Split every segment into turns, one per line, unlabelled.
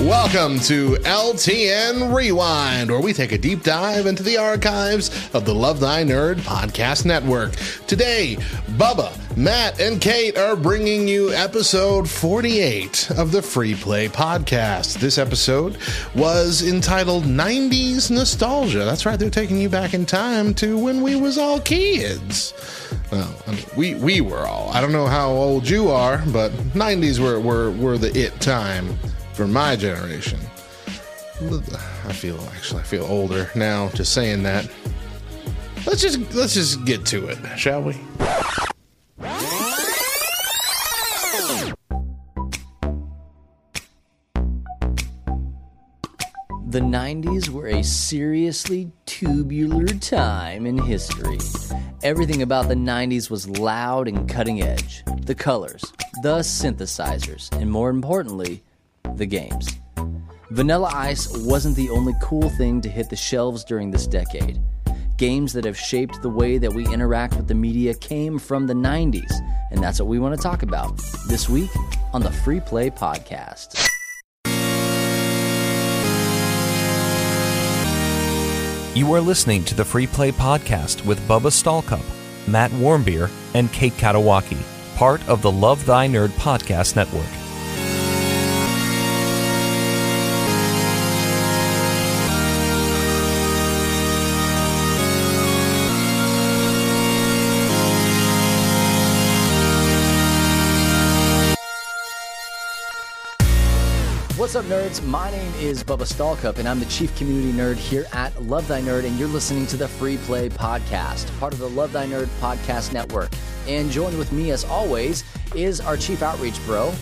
Welcome to LTN Rewind, where we take a deep dive into the archives of the Love Thy Nerd podcast network. Today, Bubba, Matt, and Kate are bringing you episode 48 of the Free Play podcast. This episode was entitled 90s Nostalgia. That's right, they're taking you back in time to when we was all kids. Well, I mean, we, we were all. I don't know how old you are, but 90s were, were, were the it time for my generation. I feel actually I feel older now just saying that. Let's just let's just get to it, shall we?
The 90s were a seriously tubular time in history. Everything about the 90s was loud and cutting edge. The colors, the synthesizers, and more importantly, the games. Vanilla Ice wasn't the only cool thing to hit the shelves during this decade. Games that have shaped the way that we interact with the media came from the 90s, and that's what we want to talk about this week on the Free Play Podcast.
You are listening to the Free Play Podcast with Bubba Stallcup, Matt Warmbier, and Kate Katawaki, part of the Love Thy Nerd Podcast Network.
What's up, nerds? My name is Bubba Stallcup, and I'm the chief community nerd here at Love Thy Nerd, and you're listening to the Free Play Podcast, part of the Love Thy Nerd Podcast Network. And joined with me, as always, is our chief outreach bro,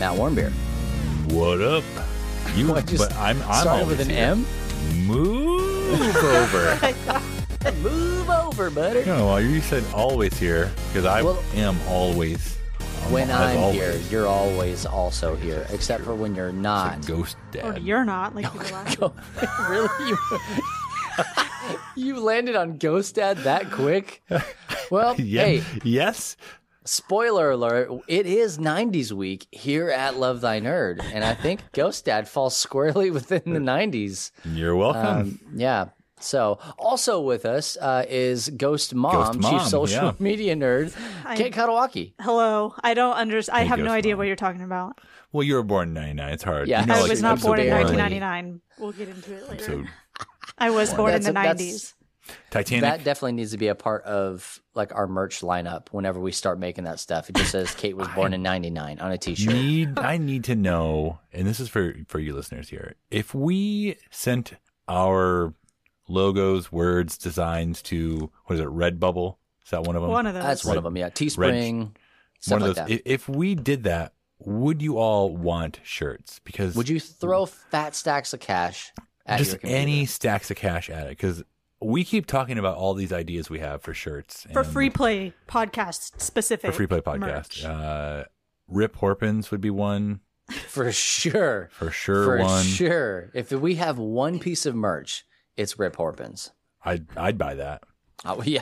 Matt Warmbier.
What up? You
I just
but I'm I'm
started
always
with an
here.
M.
Move over.
Move over, buddy.
no, well, you said always here because I
Well-
am always. I'm
When
al- as
I'm
always.
here, you're always also here, except for when you're
It's
not.
a ghost dad.
Or Oh, you're not like you were last week.
really? You, you landed on Ghost Dad that quick? Well,
Yeah.
hey.
Yes.
Spoiler alert, it is 90s week here at Love Thy Nerd. And I think Ghost Dad falls squarely within the 90s.
You're welcome.
Um, yeah. So, also with us uh, is Ghost Mom,
Ghost Mom,
Chief Social
yeah.
Media Nerd, Kate Katawaki.
Hello. I don't understand. I have no
Ghost
idea
Mom.
what you're talking about.
well, you were born in '99. It's hard.
Yeah.
You know,
No,
I
like,
was not
episode
born in
one,
barely.
1999. We'll get into it later.
episode
I was born in
That's
the
a- that's-
90s.
Titanic.
That definitely needs to be a part of like our merch lineup whenever we start making that stuff. It just says Kate was born in 99 on a t shirt.
need I need to know, and this is for for you listeners here. If we sent our logos, words, designs to what is it? Redbubble. Is that one of them?
One of those.
That's one of them. Yeah. Teespring, stuff
one of
like that.
those. i- If we did that, would you all want shirts? Because
Would you throw fat stacks of cash at
just
your computer?
any stacks of cash at it? Because we keep talking about all these ideas we have for shirts
For
and-
free play podcast specific.
for free play
merch.
podcast. Uh, Rip Horpins would be one
for sure.
for sure.
for
one
sure. If we have one piece of merch, it's Rip Horpins.
I'd I'd buy that.
Oh, yeah,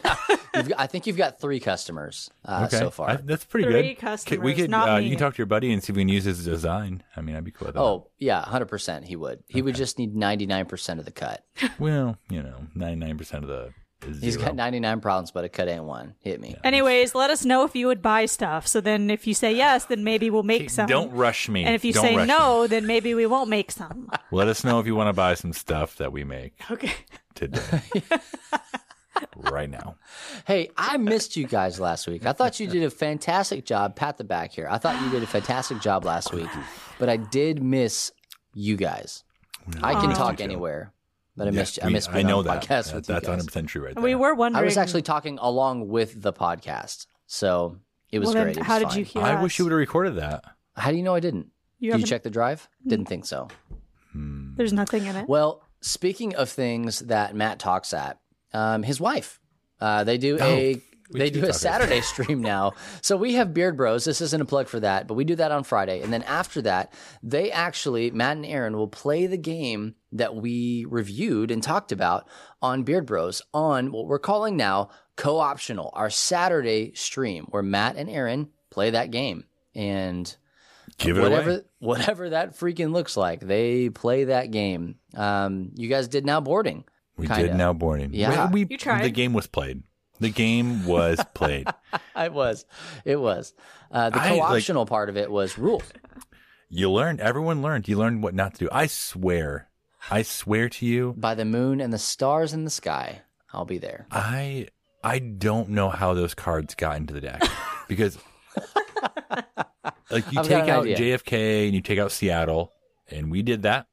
you've got, I think you've got three customers uh, so far.
I- that's pretty
Three
good. K- we
customers,
could
not
uh,
me.
you can talk to your buddy and see if we can use his design. I mean, I'd be cool with that.
oh yeah, hundred percent. He would. He would just need ninety nine percent of the cut.
well, you know, ninety nine percent of the. is
He's
zero.
got ninety nine problems, but a cut ain't one. Hit me.
Anyways, let us know if you would buy stuff. So then if you say yes, then maybe we'll make some.
Don't rush me.
And if you
Don't
say
rush
no, then maybe we won't make some.
me. let us know if you want to buy some stuff that we make.
Okay.
today. right now.
Hey, I missed you guys last week. I thought you did a fantastic job. Pat the back here. I thought you did a fantastic job last week, but I did miss you guys. I can talk anywhere, but I
Yeah,
missed you. I
we-
missed
I
being
know
on the
that.
podcast
That-
with you
that's
guys.
100% true right there.
We were wondering.
I was actually talking along with the podcast, so it was
Well, then
great. It was
how did
fine.
you hear
I
us?
wish you would have recorded that.
How do you know I didn't?
You
did you
haven't- Mm.
check the drive? Didn't think so.
There's nothing in it.
Well, speaking of things that Matt talks at, um, his wife, uh, they do a.
Oh, we
They do
do
a
talk about
Saturday stream now. So we have Beard Bros. This isn't a plug for that, but we do that on Friday. And then after that, they actually, Matt and Aaron will play the game that we reviewed and talked about on Beard Bros on what we're calling now co optional, our Saturday stream, where Matt and Aaron play that game. And
Give it
whatever
away.
whatever that freaking looks like, they play that game. Um, you guys did now boarding.
We
kinda.
did now boarding.
Yeah.
We, we-
You tried.
The game was played. The game was played.
It was, it was. Uh, the
I, like-
co-optional part of it was rules.
you learned. Everyone learned. You learned what not to do. I swear. I swear to you.
By the moon and the stars in the sky, I'll be there.
I I don't know how those cards got into the deck because like you
I've got
take
an
out
idea.
JFK and you take out Seattle, and we did that,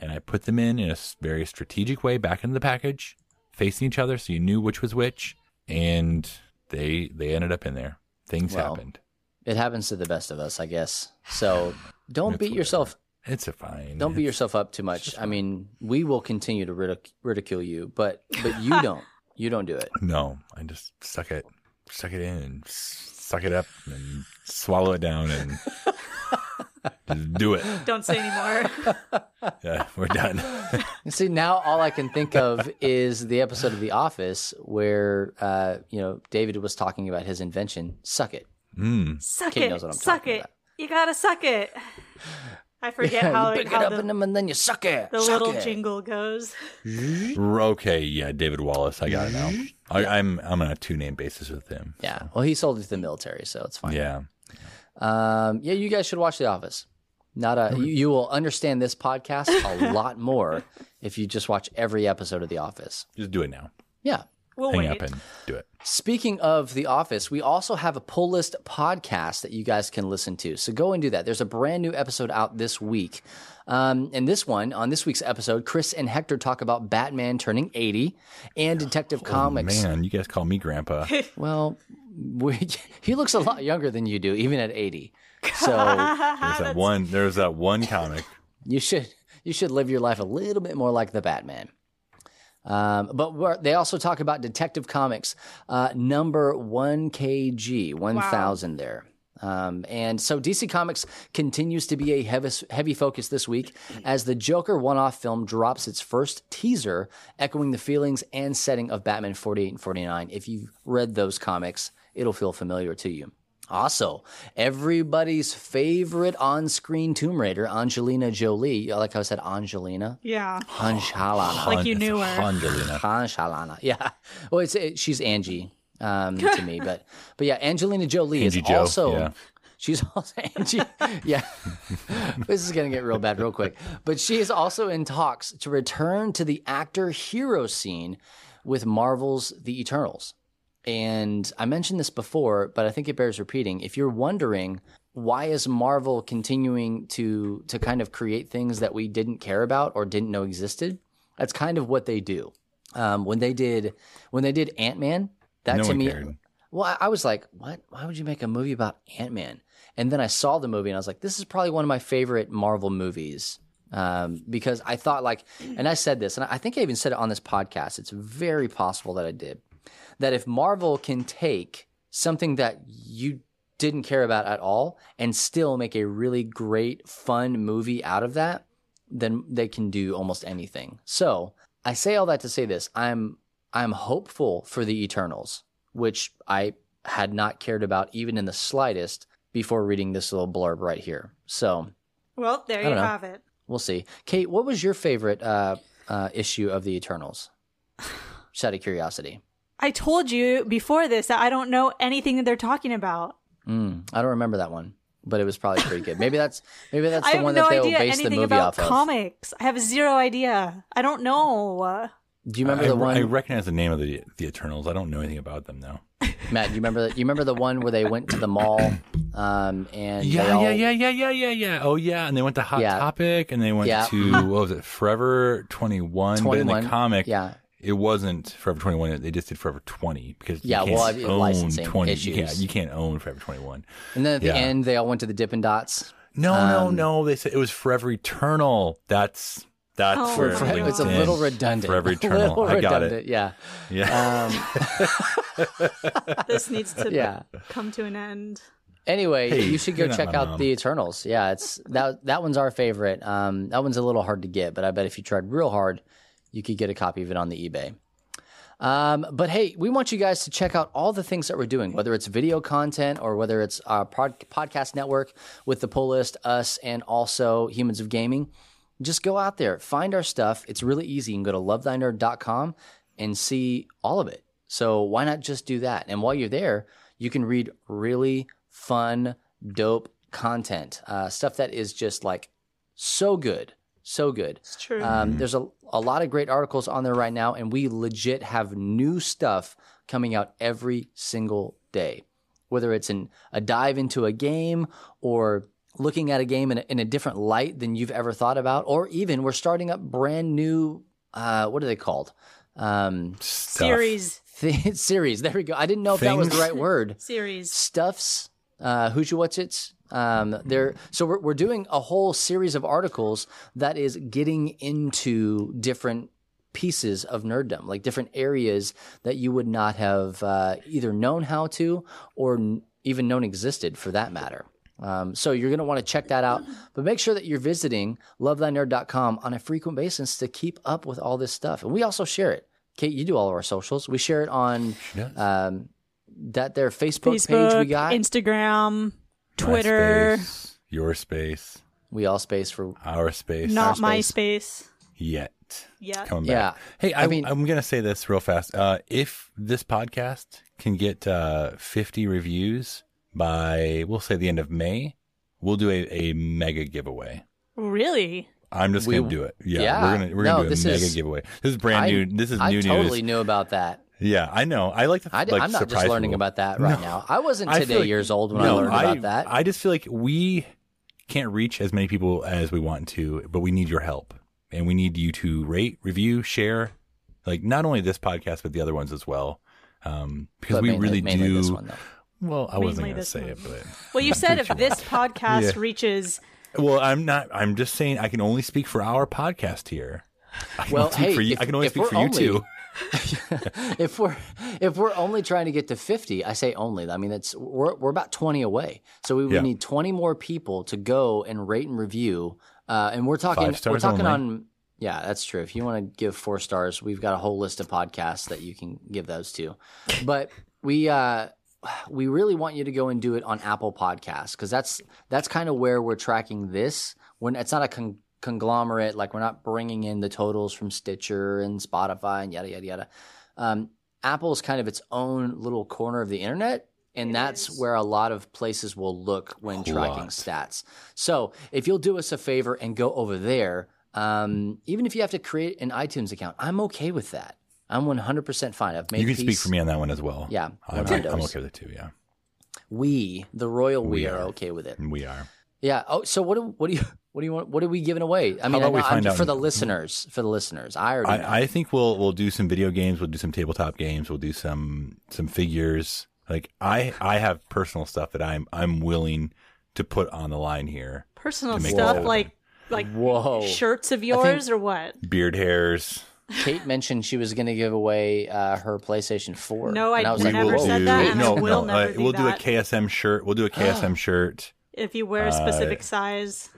and I put them in in a s- very strategic way back into the package, facing each other, so you knew which was which, and they they ended up in there. Things
Well,
happened.
It happens to the best of us, I guess. So don't
It's
beat yourself.
It's a fine.
Don't beat yourself up too much. I mean, we will continue to ridic- ridicule you, but but you don't. You don't do it.
No, I just suck it, suck it in, and s- suck it up, and swallow it down, and just do it.
Don't say anymore.
Yeah, we're done.
And See, now all I can think of is the episode of The Office where uh, you know David was talking about his invention, suck it.
suck
Kate
it.
knows what I'm
suck
talking
it.
about.
You gotta suck it. I forget
you
how,
pick
how
it up
the,
in them and then you suck it.
the
suck
little
it.
jingle goes.
R- okay, yeah, David Wallace, I got it now. I, I'm I'm on a two name basis with him.
Yeah. Well, he sold it to the military, so it's fine.
Yeah,
Um, yeah, you guys should watch The Office. Not a you, you will understand this podcast a lot more if you just watch every episode of The Office.
just do it now.
Yeah.
We'll
Hang
wait.
up and do it.
Speaking of The Office, we also have a pull list podcast that you guys can listen to. So go and do that. There's a brand new episode out this week. Um, and this one, on this week's episode, Chris and Hector talk about Batman turning 80 and Detective Comics.
Man, you guys call me Grandpa.
Well, we, he looks a lot younger than you do, even at 80. So
There's that one. There's that one comic.
you should you should live your life a little bit more like the Batman. Um, but we're- they also talk about Detective Comics uh, number one KG one thousand there. Um, and so DC Comics continues to be a heavy, heavy focus this week as the Joker one off film drops its first teaser, echoing the feelings and setting of Batman 48 and 49. If you've read those comics, it'll feel familiar to you. Also, everybody's favorite on screen Tomb Raider, Angelina Jolie. Like I said, Angelina?
Yeah.
Hanshalana.
Like you
It's
knew her.
Angelina.
Hanshalana. Yeah. Well, it's it, she's Angie um, to me, but but yeah, Angelina Jolie
Angie
is
Jo,
also
yeah.
she's also Angie. yeah, this is gonna get real bad real quick. But she is also in talks to return to the actor hero scene with Marvel's The Eternals. And I mentioned this before, but I think it bears repeating. If you're wondering why is Marvel continuing to to kind of create things that we didn't care about or didn't know existed, that's kind of what they do. Um, when they did when they did Ant Man, that
No
to
one
me,
cared.
well, I, I was like, what? Why would you make a movie about Ant Man? And then I saw the movie and I was like, this is probably one of my favorite Marvel movies. Um, because I thought like, and I said this, and I think I even said it on this podcast. It's very possible that I did that if Marvel can take something that you didn't care about at all and still make a really great, fun movie out of that, then they can do almost anything. So I say all that to say this: I'm I'm hopeful for the Eternals, which I had not cared about even in the slightest before reading this little blurb right here. So
Well, there you
don't know.
have it.
we'll see. Kate, what was your favorite uh, uh, issue of the Eternals? Just out of curiosity.
I told you before this that I don't know anything that they're talking about.
Mm, I don't remember that one, but it was probably pretty good. Maybe that's maybe that's
I
the
have
one
no
that they will
idea
base the
anything
movie off
about comics. I have zero idea. I don't know. Uh,
of. Do you remember
I,
the
re-
one,
I recognize the name of the the Eternals. I don't know anything about them though.
Matt? Do you remember? The, you remember the one where they went to the mall, um, and they
Yeah,
all,
yeah, yeah, yeah, yeah, yeah, yeah. Oh yeah, and they went to Hot
Yeah.
Topic, and they went
Yeah.
to what was it, Forever Twenty One? But in
21,
the comic,
yeah.
it wasn't Forever Twenty One. They just did Forever Twenty because
Yeah,
you can't
well, I mean,
own
licensing
20.
issues.
You can't, you can't own Forever Twenty One.
And then at
Yeah.
the end, they all went to the Dippin' Dots.
No,
Um,
no, no. They said it was Forever Eternal. That's that's
Oh,
where it
For-
Right,
linked
It's a
in.
little redundant.
Forever
A
Eternal.
little
I got
redundant,
it.
Yeah,
Yeah,
this needs to
yeah.
come to an end.
Anyway,
Hey,
you should go
you're not
check
my
out
mom.
the Eternals. Yeah, it's that that one's our favorite. Um, that one's a little hard to get, but I bet if you tried real hard, you could get a copy of it on the eBay. Um, but hey, we want you guys to check out all the things that we're doing, whether it's video content or whether it's our pod- podcast network with the pull list, us, and also Humans of Gaming. Just go out there, find our stuff. It's really easy. You can go to lovethynerd.com and see all of it. So why not just do that? And while you're there, you can read really fun, dope content, uh, stuff that is just like so good, so good.
It's true.
Um, There's a, a lot of great articles on there right now, and we legit have new stuff coming out every single day. Whether it's in a dive into a game or looking at a game in a, in a different light than you've ever thought about, or even we're starting up brand new, uh, what are they called? Um,
series.
th- series. There we go. I didn't know if that was the
Things.
right word
Series.
stuffs, uh, who's you what's it's. Um, there, so we're, we're doing a whole series of articles that is getting into different pieces of nerddom, like different areas that you would not have uh, either known how to or n- even known existed for that matter. Um, so you're going to want to check that out, but make sure that you're visiting lovethynerd.com on a frequent basis to keep up with all this stuff. And we also share it. Kate, you do all of our socials. We share it on um, that their Facebook, page we
Facebook,
got.
Instagram, Twitter,
My space, your space,
we all space for
our space.
not
MySpace.
MySpace.
yet.
Yeah.
Coming
Yeah.
back. Hey, I,
I mean-
I'm gonna say this real fast. Uh, if this podcast can get uh, 50 reviews by, we'll say the end of May, we'll do a, a mega giveaway.
Really?
I'm just
We-
gonna do it. Yeah,
yeah.
we're gonna we're
No,
gonna do a
this
mega
is-
giveaway. This is brand
I-
new. This is
I
new
totally
news.
knew about that.
Yeah, I know. I like to.
I
like,
am not just
surprise
learning
people.
about that right now. I wasn't
I feel
today
like-
years old when I
no,
learned
I,
about that.
I just feel like we can't reach as many people as we want to, but we need your help. And we need you to rate, review, share, like not only this podcast, but the other ones as well. Um, because
But
we
mainly-
really
mainly
do.
this one, though.
well, I wasn't
Mainly
going to
this
say
one.
it, but
Well, you said if this podcast reaches,
well, I'm not. I'm just saying I can only speak for our podcast here. I can
Well,
only speak
hey,
for you.
if-
I can only
if
speak
we're
for
only-
you too.
if we're if we're only trying to get to 50 i say only i mean it's we're, we're about 20 away so we would
Yeah.
need 20 more people to go and rate and review uh, and we're talking
Five
we're
stars
talking
only.
on yeah that's true if you want to give four stars we've got a whole list of podcasts that you can give those to but we uh we really want you to go and do it on apple podcasts because that's that's kind of where we're tracking this when it's not a con- conglomerate like we're not bringing in the totals from stitcher and spotify and yada yada yada um, Apple is kind of its own little corner of the internet. And that's where a lot of places will look when tracking
lot.
stats. So if you'll do us a favor and go over there, um, even if you have to create an iTunes account, I'm okay with that. I'm 100% fine. I've made
You can speak
peace.
for me on that one as well.
Yeah,
I'm,
we're on
I'm
those.
okay with it too. Yeah,
We, the royal we,
We
are.
are.
okay with it.
we are.
Yeah. Oh, so what do what do you what do you want? What are we giving away? I mean, I
about we
know, I'm,
find out
for
in-
the listeners, for the listeners, I already know.
I, I think we'll we'll do some video games. We'll do some tabletop games. We'll do some some figures. Like I I have personal stuff that I'm I'm willing to put on the line here.
personal
To make
stuff
that
like like
Whoa.
shirts of yours or what?
Beard hairs.
Kate mentioned she was going to give away uh, her PlayStation 4.
No, I
And was
We never
will
said
do-
that, and I
no,
will
no.
never
uh,
do
we'll
that. Oh.
do a KSM shirt. We'll do a KSM shirt.
If you
Uh,
wear a specific size,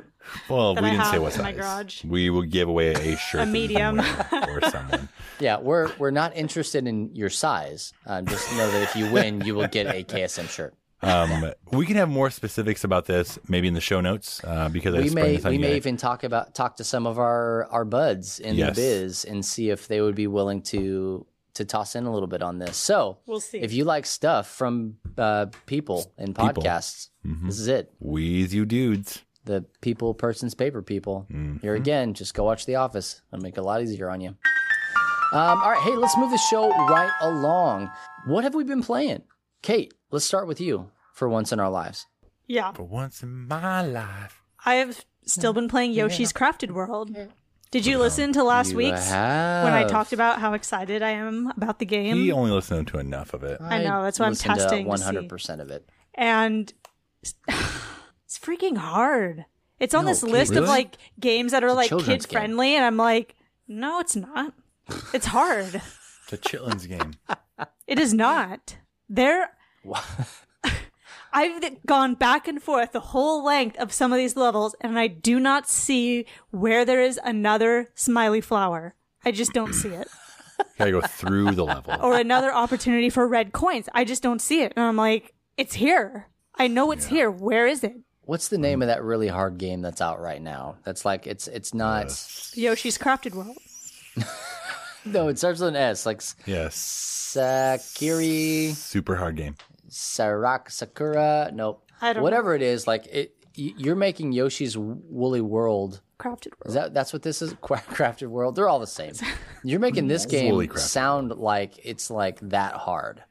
Well,
That
we
I
didn't say
have
what
in my
size.
garage.
We will give away a shirt, that you
medium.
can wear or someone.
Yeah, we're we're not interested in your size. Um, just know that if you win, you will get a KSM shirt.
Um, we can have more specifics about this maybe in the show notes uh, because I
We
sprung
may
this on
we
you
may
guys.
even talk about talk to some of our our buds in
Yes.
the biz and see if they would be willing to to toss in a little bit on this. So
We'll see.
If you like stuff from uh, people and podcasts, this is it.
Wheeze you dudes.
The people, persons, paper people. Here again, just go watch The Office. It'll make it a lot easier on you. Um, all right, hey, let's move the show right along. What have we been playing? Kate, let's start with you for once in our lives.
yeah,
For once in my life.
I have still been playing Yoshi's Crafted World. Did you listen to last
You
week's when I
have.
talked about how excited I am about the game?
He only listened to enough of it.
I know, that's what I'm
listened to
testing to see.
100% of it.
and it's freaking hard. It's on
No,
this
Kate,
list
really?
of like games that are like
children's
kid
game.
friendly, and I'm like, no, it's not. It's hard.
It's a Chitlins game.
It is not. There. I've gone back and forth the whole length of some of these levels, and I do not see where there is another smiley flower. I just don't see it.
Gotta go through the level.
or another opportunity for red coins. I just don't see it. And I'm like, it's here. I know it's here. Where is it?
What's the name of that really hard game that's out right now? That's like it's it's not.
Yoshi's Crafted World.
No, it starts with an S, like S-
Yes.
Sakiri,
Super hard game.
Sarak, Sakura. Nope.
I don't know.
Whatever it is, like it. y- You're making Yoshi's Woolly World.
Crafted World.
Is that that's what this is? Cra- Crafted World. They're all the same. You're making this
Woolly
game
Crafted
sound like it's like that hard,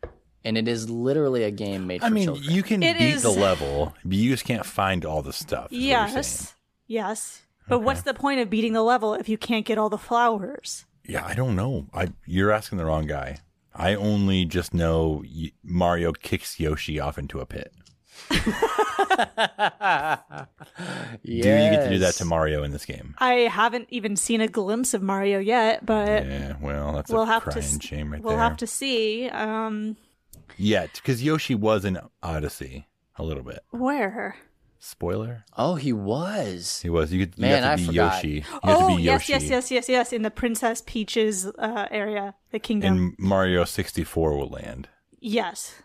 and it is literally a game made for
I mean,
children.
you can
It
beat
is-
the level, but you just can't find all the stuff. is what you're saying.
Yes. Yes. But what's the point of beating the level if you can't get all the flowers?
Yeah, I don't know. I you're asking the wrong guy. I only just know y- Mario kicks Yoshi off into a pit. Do you get to do that
Yes.
to Mario in this game?
I haven't even seen a glimpse of Mario yet, but
Yeah, well, that's
we'll
a
have to
crying
s-
shame right
we'll
there.
have to see. Um,
Yeah, because Yoshi was in Odyssey a little bit.
where?
Spoiler.
Oh, he was.
He was. You, could, you
Man,
have
I
to be
forgot.
Yoshi. You have
oh
to be
yes,
Yoshi.
yes, yes, yes, yes. In the Princess Peach's uh, area, the kingdom.
And Mario 64 will land.
yes,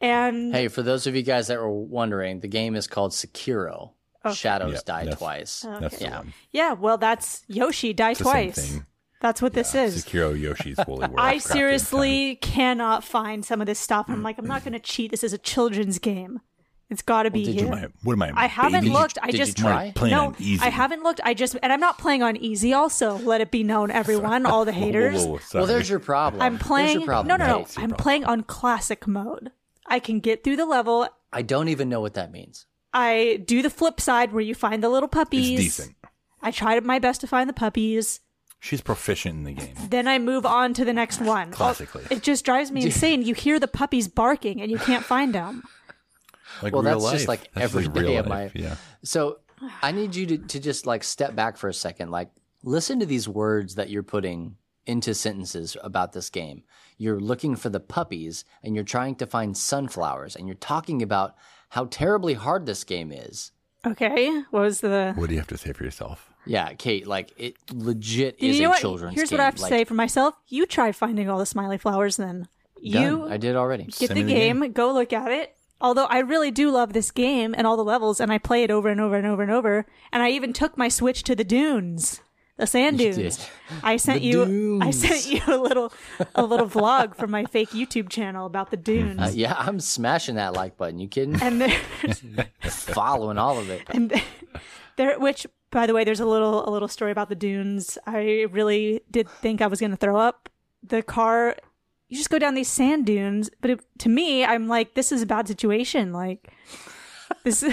and
Hey, for those of you guys that were wondering, the game is called Sekiro. Shadows
Yep,
Die
that's-
Twice.
Oh.
That's the
Yeah.
one.
yeah, well, that's Yoshi die
It's the same
twice.
thing.
That's what this is.
Sekiro Yoshi's Woolly World.
I
crafting
seriously cannot find some of this stuff. I'm like, I'm not going to cheat. This is a children's game. It's got to be
did you
here.
time. Am I- What am I?
I haven't
baby?
looked. I
did you
just
try?
My plan
no,
on easy.
I haven't looked. I just and I'm not playing on easy. Also, let it be known, everyone, all the haters.
Whoa, whoa, whoa, sorry.
Well, there's your problem.
I'm
There's
playing.
your problem.
No, no, no.
Nate.
I'm playing on classic mode. I can get through the level.
I don't even know what that means.
I do the flip side where you find the little
It's
puppies.
decent.
I tried my best to find the puppies.
She's proficient in the game.
Then I move on to the next one. Oh,
Classically.
It just drives me insane. You hear the puppies barking and you can't find them.
Like
Well,
real
that's just
life.
like
That's
every
just
day
real
of
life.
my-
Yeah.
So I need you to, to just like step back for a second. Like, listen to these words that you're putting into sentences about this game. You're looking for the puppies and you're trying to find sunflowers and you're talking about how terribly hard this game is.
Okay. What was the
What do you have to say for yourself?
Yeah, Kate, like it legit
You
is
know
a
what?
children's
Here's
game.
what I have to
Like,
say for myself. You try finding all the smiley flowers then. You
done. I did already.
get
Send
the
me the
game, go look at it. Although I really do love this game and all the levels, and I play it over and over and over and over. And I even took my Switch to the dunes, the sand
You
dunes.
did.
I sent
The
you, I
dunes.
sent you a little, a little vlog from my fake YouTube channel about the dunes.
Uh, yeah, I'm smashing that like button. You kidding?
and there,
Following all of it.
and there- there, which by the way, there's a little, a little story about the dunes. I really did think I was going to throw up. The car, you just go down these sand dunes. But it, to me, I'm like, this is a bad situation. Like, this is.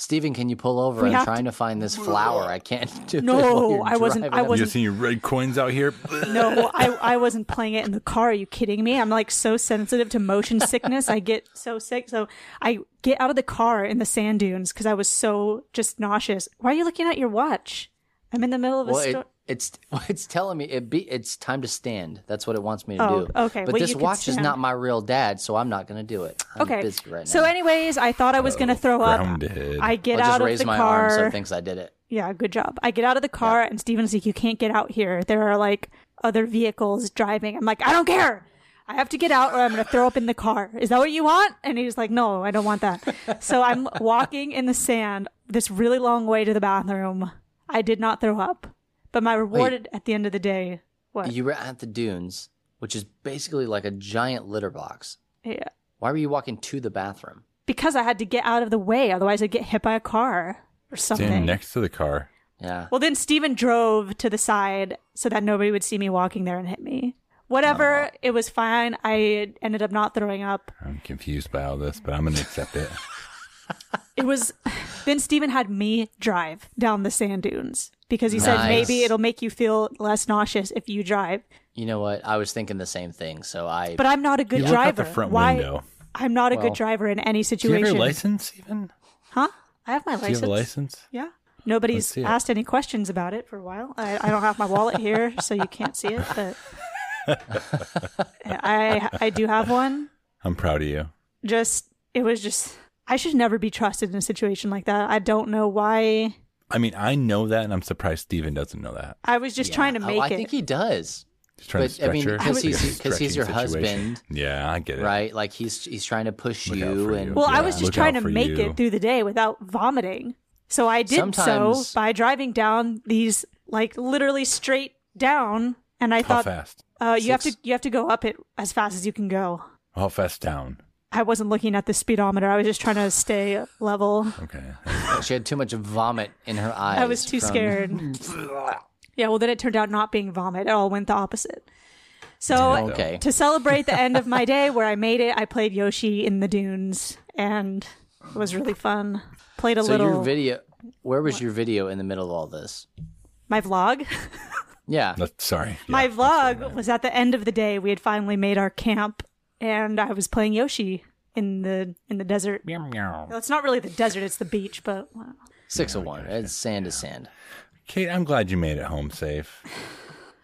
Stephen, can you pull over?
We
I'm
have
trying to... find this flower. I can't do
No,
it. while you're
I wasn't-
driving.
I
I'm
wasn't-
You seen your red coins out here?
No, I, I wasn't playing it in the car. Are you kidding me? I'm like so sensitive to motion sickness. I get so sick. So I get out of the car in the sand dunes because I was so just nauseous. Why are you looking at your watch? I'm in the middle of a
Well, it,
story.
it's it's telling me it be it's time to stand. That's what it wants me to
Oh,
do.
okay.
But
Well,
this
you can
watch is
stand.
not my real dad, so I'm not going to do it. I'm
Okay.
busy right now.
So, anyways, I thought I was going to throw
grounded.
up. I get
I'll just
out
raise
of the
my
car.
arm so it thinks I did it.
Yeah, good job. I get out of the car and Steven's like, You can't get out here. There are like other vehicles driving. I'm like, I don't care. I have to get out or I'm going to throw up in the car. Is that what you want? And he's like, No, I don't want that. so I'm walking in the sand this really long way to the bathroom. I did not throw up, but my reward
Wait.
at the end of the day, what?
You were at the dunes, which is basically like a giant litter box.
yeah.
Why were you walking to the bathroom?
Because I had to get out of the way. Otherwise, I'd get hit by a car or something.
Stand next to the car.
Yeah.
Well, then Steven drove to the side so that nobody would see me walking there and hit me. Whatever, it was fine. I ended up not throwing up.
I'm confused by all this, but I'm going to accept it.
It was then Steven had me drive down the sand dunes because he said
Nice.
maybe it'll make you feel less nauseous if you drive.
You know what? I was thinking the same thing. So I
But I'm not a good
you look out
driver.
the front
Why?
window.
I'm not a
Well,
good driver in any
Do you
situation.
have your license even?
Huh? I have my
Do you
license.
have a license?
Yeah.
Let's
Nobody's
see it.
asked any questions about it for a while. I, I don't have my wallet here, so you can't see it, but I I do have one.
I'm proud of you.
Just it was just I should never be trusted in a situation like that. I don't know why.
I mean, I know that, and I'm surprised Steven doesn't know that.
I was just
Yeah.
trying to make
oh, I
it.
think he does.
He's trying
But,
to
I
stretch
mean,
her.
'cause he's-
Like a
'cause he's
stretching
your
situation.
husband,
Yeah, I get it.
right? Like he's he's trying to push
Look out
you,
for
and
you.
Well, I
Yeah.
was just
Look
trying
out
to
for
make
you.
it through the day without vomiting. So I did
Sometimes-
so by driving down these like literally straight down and I
How
thought
fast?
uh, you have to
Six.
you have to go up it as fast as you can go.
How fast down?
I wasn't looking at the speedometer. I was just trying to stay level.
Okay.
she had too much vomit in her eyes.
I was too
from-
scared. yeah, well then it turned out not being vomit. It all went the opposite. So
Oh,
Okay.
to celebrate the end of my day where I made it, I played Yoshi in the dunes and it was really fun. Played a
So
little
your video, where was your video in the middle of all this?
my vlog.
Yeah.
That's- Sorry. Yeah.
my vlog was at the end of the day. We had finally made our camp and I was playing Yoshi in the in the desert. Well, it's not really the desert, it's the beach, but wow.
Six of one. It's sand to sand.
Kate, I'm glad you made it home safe.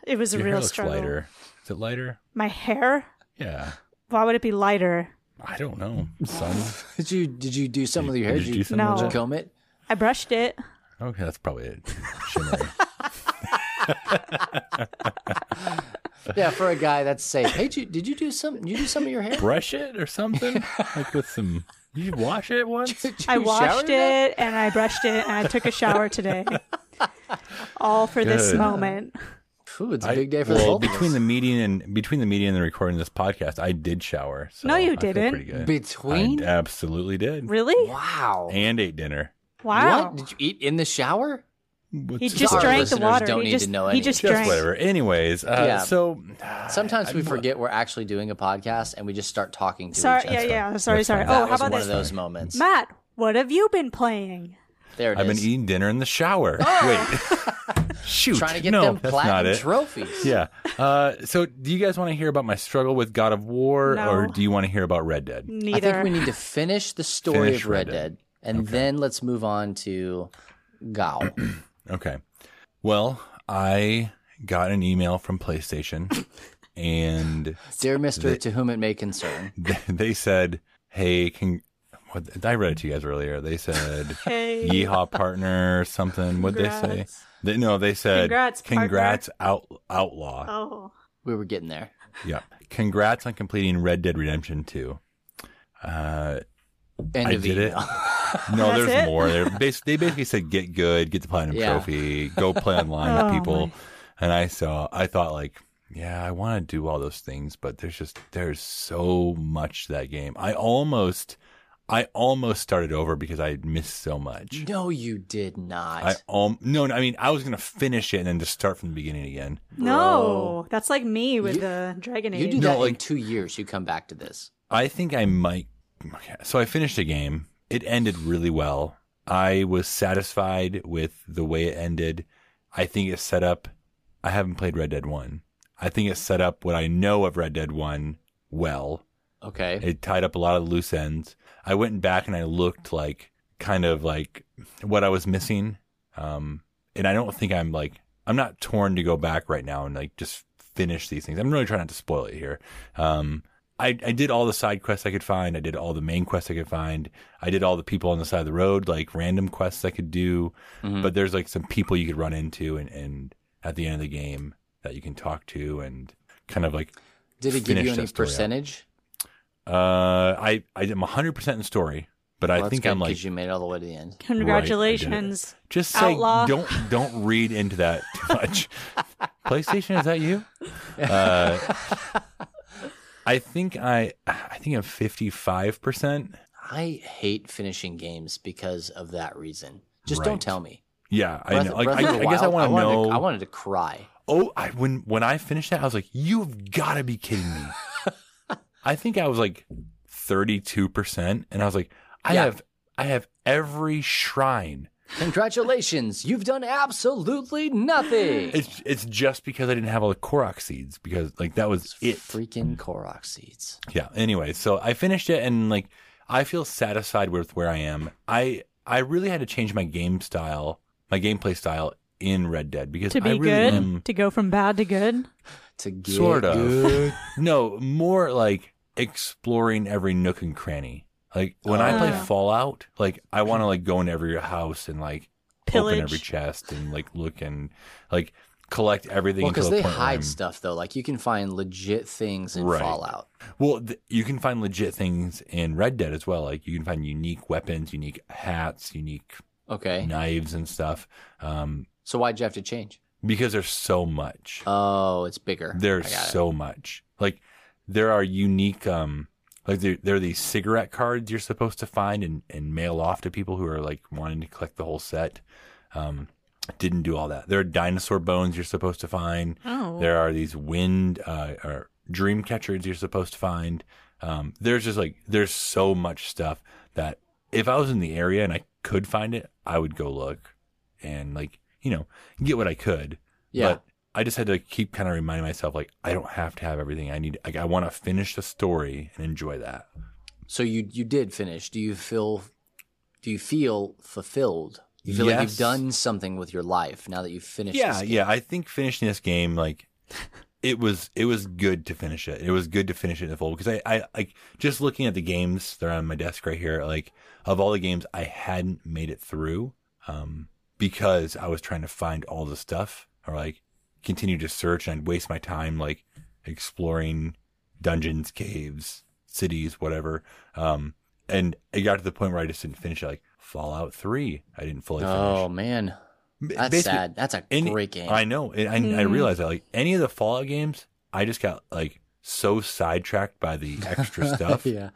it was a
Your hair
real
looks
struggle.
lighter. Is it lighter?
My hair?
Yeah.
Why would it be lighter?
I don't know. Sun.
Did you did you do something with your hair?
Did you do
No.
something?
you comb it?
I brushed it.
Okay, that's probably it. Shimmery.
Yeah, for a guy, that's safe. Hey, did you, did you do some? Did you do some of your hair?
Brush it or something? Like with some. You wash it once?
Did
I
you shower
washed
in it?
it and I brushed it and I took a shower today. All for this
Good.
moment.
Ooh, it's a
I-
big day for the
well,
both of
between
us.
the meeting and between the meeting and the recording of this podcast, I did shower. So
No, you
I feel
didn't.
Pretty good.
Between?
I absolutely did.
Really?
Wow.
And ate dinner.
Wow.
What did you eat in the shower?
He
What's-
just
Our
drank the
listeners
water.
don't
he
need
just
to know
he
any
just
of
Just
drank.
whatever. Anyways, uh,
Yeah.
so
Sometimes we
I'm-
forget we're actually doing a podcast and we just start talking to
Sorry,
each other.
yeah, yeah. Sorry,
That's
sorry.
fine.
That
Oh, how
was
about
one
this?
of those moments.
Matt, what have you been playing?
there it
I've been
is. Ah!
eating dinner in the shower. Wait, shoot!
Trying to get
no,
them
that's not
platinum
it.
trophies.
yeah. Uh, so, do you guys want to hear about my struggle with God of War,
No.
or do you want to hear about Red Dead?
Neither.
I think we need to finish the story
Finish
of Red
Red
Dead,
Dead.
and then let's move on to Gao.
Okay. Well, I got an email from PlayStation, and
Dear Mister, to whom it may concern.
th- they said, "Hey, can." What, I read it to you guys earlier. They said,
Hey.
"Yeehaw, partner," or something. What they say?
Congrats.
They, no, they said,
Congrats, partner.
congrats out, outlaw."
Oh.
We were getting there.
Yeah. Congrats on completing Red Dead Redemption 2. Uh,
End
I
of
did it.
email.
No,
That's
there's
it?
more. They're bas- they basically said, get good, get the platinum
Yeah.
trophy, go play online
Oh,
with people.
my.
And I saw, I thought, like, yeah, I want to do all those things, but there's just, there's so much to that game. I almost, I almost started over because I had missed so much.
No, you did not.
I um, no, no, I mean, I was going to finish it and then just start from the beginning again.
No. That's like me with
You-
the Dragon Age.
you do
No,
that in
like-
two years. You come back to this.
I think I might. Okay. So I finished the game. It ended really well. I was satisfied with the way it ended. I think it set up. I haven't played Red Dead 1. I think it set up what I know of Red Dead 1 well.
Okay.
It tied up a lot of loose ends. I went back and I looked like kind of like what I was missing. Um, and I don't think I'm like I'm not torn to go back right now and like just finish these things. I'm really trying not to spoil it here. Um, I, I did all the side quests I could find. I did all the main quests I could find. I did all the people on the side of the road, like random quests I could do. But there's like some people you could run into and, and at the end of the game that you can talk to and kind of like
did it give
finish
you
that
any
story out.
percentage?
uh, I I am 100% in story, but I
Well, that's
think
good
I'm
'cause
like
you made it all the way to the end.
Congratulations.
just say
Outlaw.
don't don't read into that too much. PlayStation, is that you? Uh, I think I I think I'm 55%.
I hate finishing games because of that reason. Just don't
Right.
tell me.
Yeah, I
Breath-
know. Like,
Breath of the
I, I guess I
Wild,
want to
wanted
know.
I wanted to cry.
oh, I when when I finished that, I was like, you've got to be kidding me. I think I was like 32%, and I was like, I
Yeah.
have I have every shrine.
Congratulations, you've done absolutely nothing.
It's it's just because I didn't have all the Korok seeds because like that was it.
Freaking Korok seeds.
Yeah. Anyway, so I finished it and like I feel satisfied with where I am. I I really had to change my game style, my gameplay style in Red Dead because
To
I
be
really
good,
am
to go from bad to good.
To get
sort of
good.
no more like exploring every nook and cranny. Like when I play
Oh.
Fallout, like I want to like go in every house and like open every
Pillage.
chest and like look and like collect everything
Well,
until
because
the
they
point where I'm-
hide stuff though. Like you can find legit things in
Right.
Fallout.
Well, th- you can find legit things in Red Dead as well. Like you can find unique weapons, unique hats, unique
Okay.
knives and stuff. Um,
So why'd you have to change?
because there's so much.
Oh, it's bigger. I
There's
got it.
so much. Like there are unique. Um, like there, there are these cigarette cards you're supposed to find and, and mail off to people who are like wanting to collect the whole set. Um, didn't do all that. There are dinosaur bones you're supposed to find.
Oh.
There are these wind uh, or dream catchers you're supposed to find. Um, there's just like there's so much stuff that if I was in the area and I could find it, I would go look and like you know get what I could.
Yeah.
But I just had to keep kind of reminding myself like I don't have to have everything. I need like I want to finish the story and enjoy that.
So you you did finish. Do you feel do you feel fulfilled? You feel like
Yes.
you've done something with your life now that you've finished.
yeah
this game?
yeah i think finishing this game like it was it was good to finish it it was good to finish it in the full because i i like just looking at the games that are on my desk right here like of all the games i hadn't made it through um because i was trying to find all the stuff or like continue to search and i'd waste my time like exploring dungeons caves cities whatever um and it got to the point where i just didn't finish it like fallout 3 i didn't fully finish
Oh man, that's
Basically,
sad. That's a
any-
great game.
I know. And I, I
Hmm.
realize that. Like any of the Fallout games, I just got like so sidetracked by the extra stuff
yeah.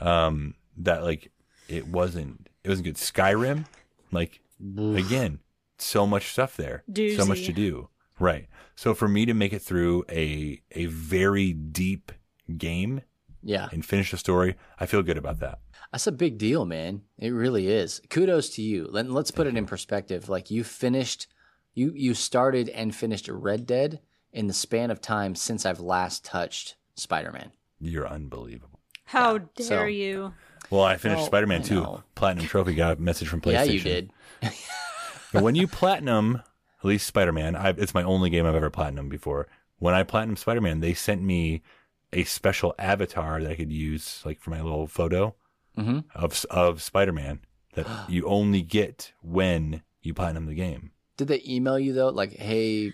um, that like it wasn't it wasn't good. Skyrim, like again, so much stuff there, so much
Doozy.
to do. Right. So for me to make it through a a very deep game
Yeah.
and finish the story, I feel good about that.
That's a big deal, man. It really is. Kudos to you. Let, let's put it in perspective. Like you finished, you you started and finished Red Dead in the span of time since I've last touched Spider Man.
You're unbelievable.
How
so-
dare you?
Well, I finished
Well,
Spider Man
Oh, I
2
know.
Platinum Trophy. Got a message from PlayStation.
Yeah, you did.
But when you platinum, at least Spider Man, it's my only game I've ever platinum before. When I platinum Spider Man, they sent me a special avatar that I could use, like for my little photo
Mhm.
of of Spider Man that you only get when you platinum the game.
Did they email you though? Like, hey,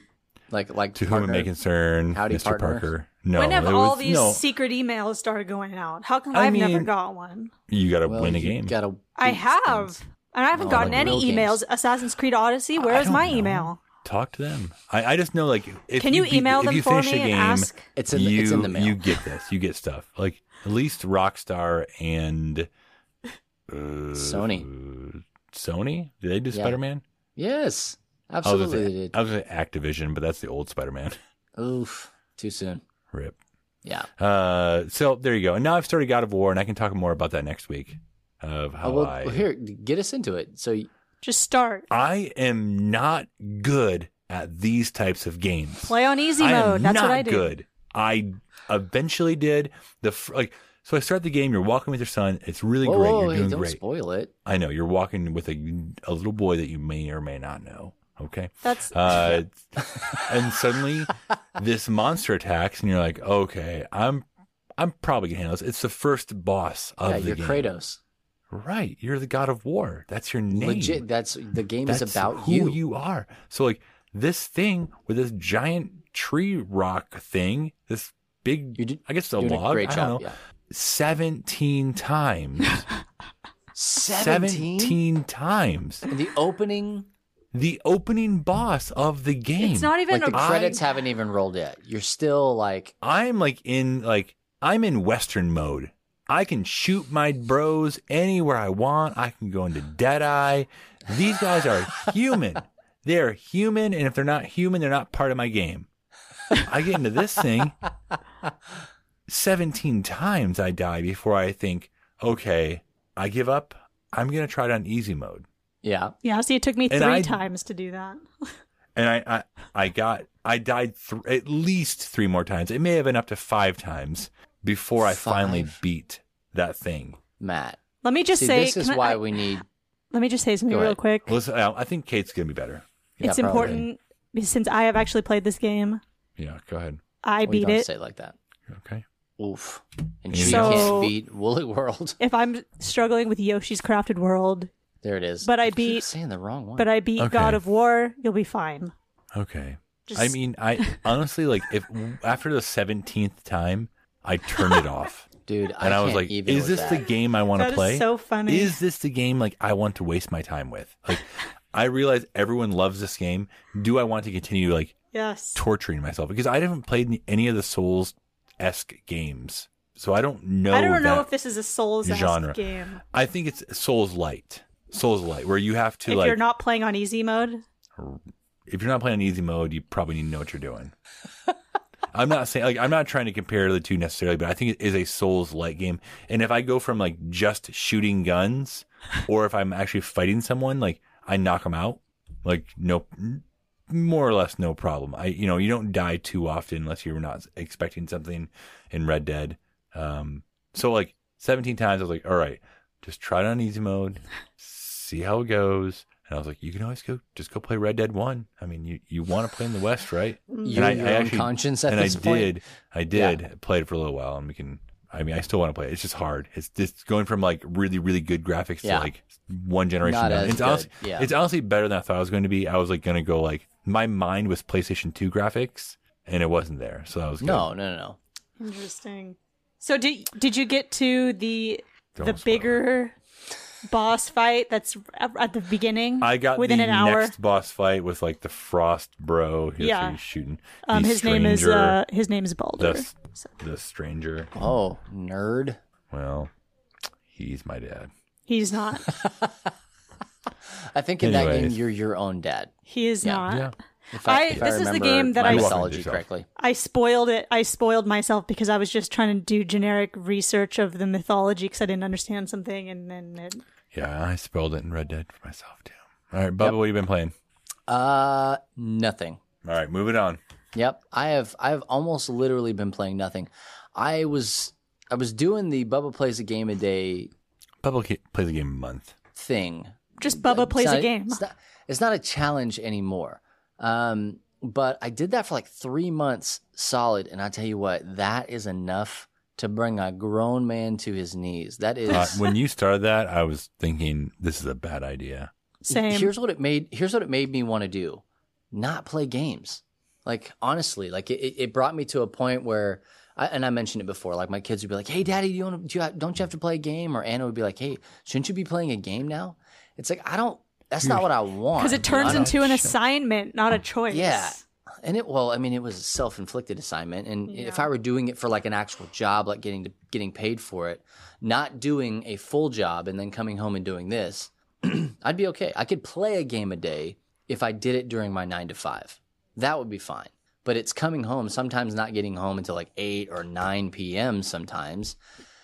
like like
To
partner?
whom it may concern,
Howdy,
Mr.
partner.
Parker. No,
when have
it
all
was-
these
no,
secret emails started going out? How come I
I
have never
mean-
got one?
you got to
Well,
win a
you
game.
Gotta
I
beat
have,
things.
and I haven't
No,
gotten
like
any
real
emails.
games.
Assassin's Creed Odyssey.
I
Where is
don't
my
know.
email?
Talk to them. I, I just know, like, if
Can you
beat-
email
if
them
you
for
finish
me
a
and
game,
ask?
It's in the- it's in the mail.
You get this. You get stuff. Like at least Rockstar and uh,
Sony.
Sony? Did they do
Yeah.
Spider Man?
Yes,
I was
absolutely.
gonna
They
say-
did.
I was gonna say Activision, but that's the old Spider Man.
Oof, too soon.
Rip.
Yeah.
Uh, so there you go. And now I've started God of War, and I can talk more about that next week. Of how
Oh, well,
I
well, here, get us into it. So
Just start.
I am not good at these types of games.
Play on easy
I am
mode. That's
not
what I do.
good. I eventually did the fr- like. So I start the game. You're walking with your son. It's really
whoa,
great.
whoa,
you're
oh, hey,
doing
don't
great.
spoil it.
I know you're walking with a a little boy that you may or may not know. Okay.
That's
Uh, and suddenly this monster attacks, and you're like, okay, I'm I'm probably gonna handle this. It's the first boss of
Yeah,
the
you're
game.
Kratos.
Right. You're the god of war. That's your name.
Legit. That's the game is
That's
about
who
you.
are. So like this thing with this giant tree rock thing, this big,
You did-
I guess a
doing a
log.
great
I
job,
don't know,
yeah.
Seventeen times.
17?
Seventeen times.
The opening,
The opening boss of the game.
it's not even
like the
a
credits haven't even rolled yet. You're still like,
I'm like in like I'm in Western mode. I can shoot my bros anywhere I want. I can go into Deadeye. These guys are human. They're human, and if they're not human, they're not part of my game. I get into this thing. 17 times I die before I think, okay, I give up. I'm going to try it on easy mode.
yeah,
yeah. See, it took me
And
three
I-
times to do that.
and I, I, I got, I died th- at least three more times. It may have been up to five times before I finally
Five?
beat that thing.
Matt.
Let me just
See,
say.
this is
can I-
why
I-
we need.
Let me just say something
Go
real
ahead.
quick.
Listen, I, I think Kate's gonna be better.
Yeah,
it's
probably.
important since I have actually played this game.
Yeah, go ahead.
I
we
beat
don't
it.
say it like that.
Okay.
Oof. And
Yeah.
she
So-
can't beat Woolly World.
If I'm struggling with Yoshi's Crafted World,
There it is.
But I
keep
beat-
saying the wrong one.
but I beat
Okay.
God of War, you'll be fine.
Okay.
Just
I mean, I honestly like if after the seventeenth time, I turned it off,
dude.
and I, was
can't
like,
even
"Is
with
this the
that.
game I want
That
to
is
play?
so funny.
Is this the game like I want to waste my time with? Like, I realize everyone loves this game. Do I want to continue like
yes.
torturing myself because I haven't played any of the Souls esque games, so I don't know.
I don't know
that-
if this is a Souls
genre.
game.
I think it's Souls Light. Souls Light, where you have to
if
like
you're not playing on easy mode,
if you're not playing on easy mode, you probably need to know what you're doing. I'm not saying like I'm not trying to compare the two necessarily, but I think it is a Souls light game. And if I go from like just shooting guns, or if I'm actually fighting someone, like I knock them out, like no, more or less no problem. I you know you don't die too often unless you're not expecting something in Red Dead. Um, so like 17 times I was like, all right, just try it on easy mode, see how it goes. And I was like, you can always go, just go play Red Dead One. I mean, you, you want to play in the West, right?
you
and I-
and your
I
own
actually-
conscience at
and
this
I
point?
did, I did play it for a little while, and we can. I mean, I still want to play it. It's just hard. It's just going from like really, really good graphics
Yeah.
to like one generation.
Not
down.
as
it's honestly,
good, yeah.
it's honestly better than I thought it was going to be. I was like going to go like my mind was PlayStation Two graphics, and it wasn't there, so that was good.
No, no, no, no.
interesting. So did did you get to the
Don't
the
spoil it.
bigger boss fight that's at at the beginning?
I got
within
the
an hour.
next boss fight with like the Frost Bro. Here's
Yeah.
who he's shooting.
um,
The
his name is
stranger-
uh, his name is Baldur.
the, the stranger.
Oh, nerd.
Well, he's my dad.
He's not.
I think in that game
Anyways.
you're your own dad.
He is
Yeah.
not.
Yeah.
If I,
I-
if
this
I
is the
remember
game that
my
I-
mythology
Yourself.
correctly.
I spoiled it. I spoiled myself because I was just trying to do generic research of the mythology because I didn't understand something, and then it,
Yeah, I spelled it in Red Dead for myself too. All right, Bubba, what have you been playing?
Uh, nothing.
All right, moving on.
Yep. I have I've almost literally been playing nothing. I was I was doing the Bubba plays a game a day
Bubba ca- plays a game a month.
thing.
just Bubba plays
It's
a
not-
game.
It's not, it's not a challenge anymore. Um, but I did that for like three months solid, and I tell you what, that is enough to bring a grown man to his knees. That is.
Uh, when you started that, I was thinking this is a bad idea.
Same.
Here's what it made. Here's what it made me want to do: not play games. Like honestly, like it, it it brought me to a point where, I, and I mentioned it before. Like my kids would be like, "Hey, daddy, do you want? Do you, don't you have to play a game?" Or Anna would be like, "Hey, shouldn't you be playing a game now?" It's like I don't. That's not what I want.
because it turns
I don't-
into an assignment, not a choice.
Yeah. And it well, I mean, it was a self-inflicted assignment, and if I were doing it for like an actual job, like getting to, getting paid for it, not doing a full job and then coming home and doing this, I'd be okay. I could play a game a day if I did it during my nine to five. That would be fine. But it's coming home, sometimes not getting home until like eight or nine p.m. Sometimes,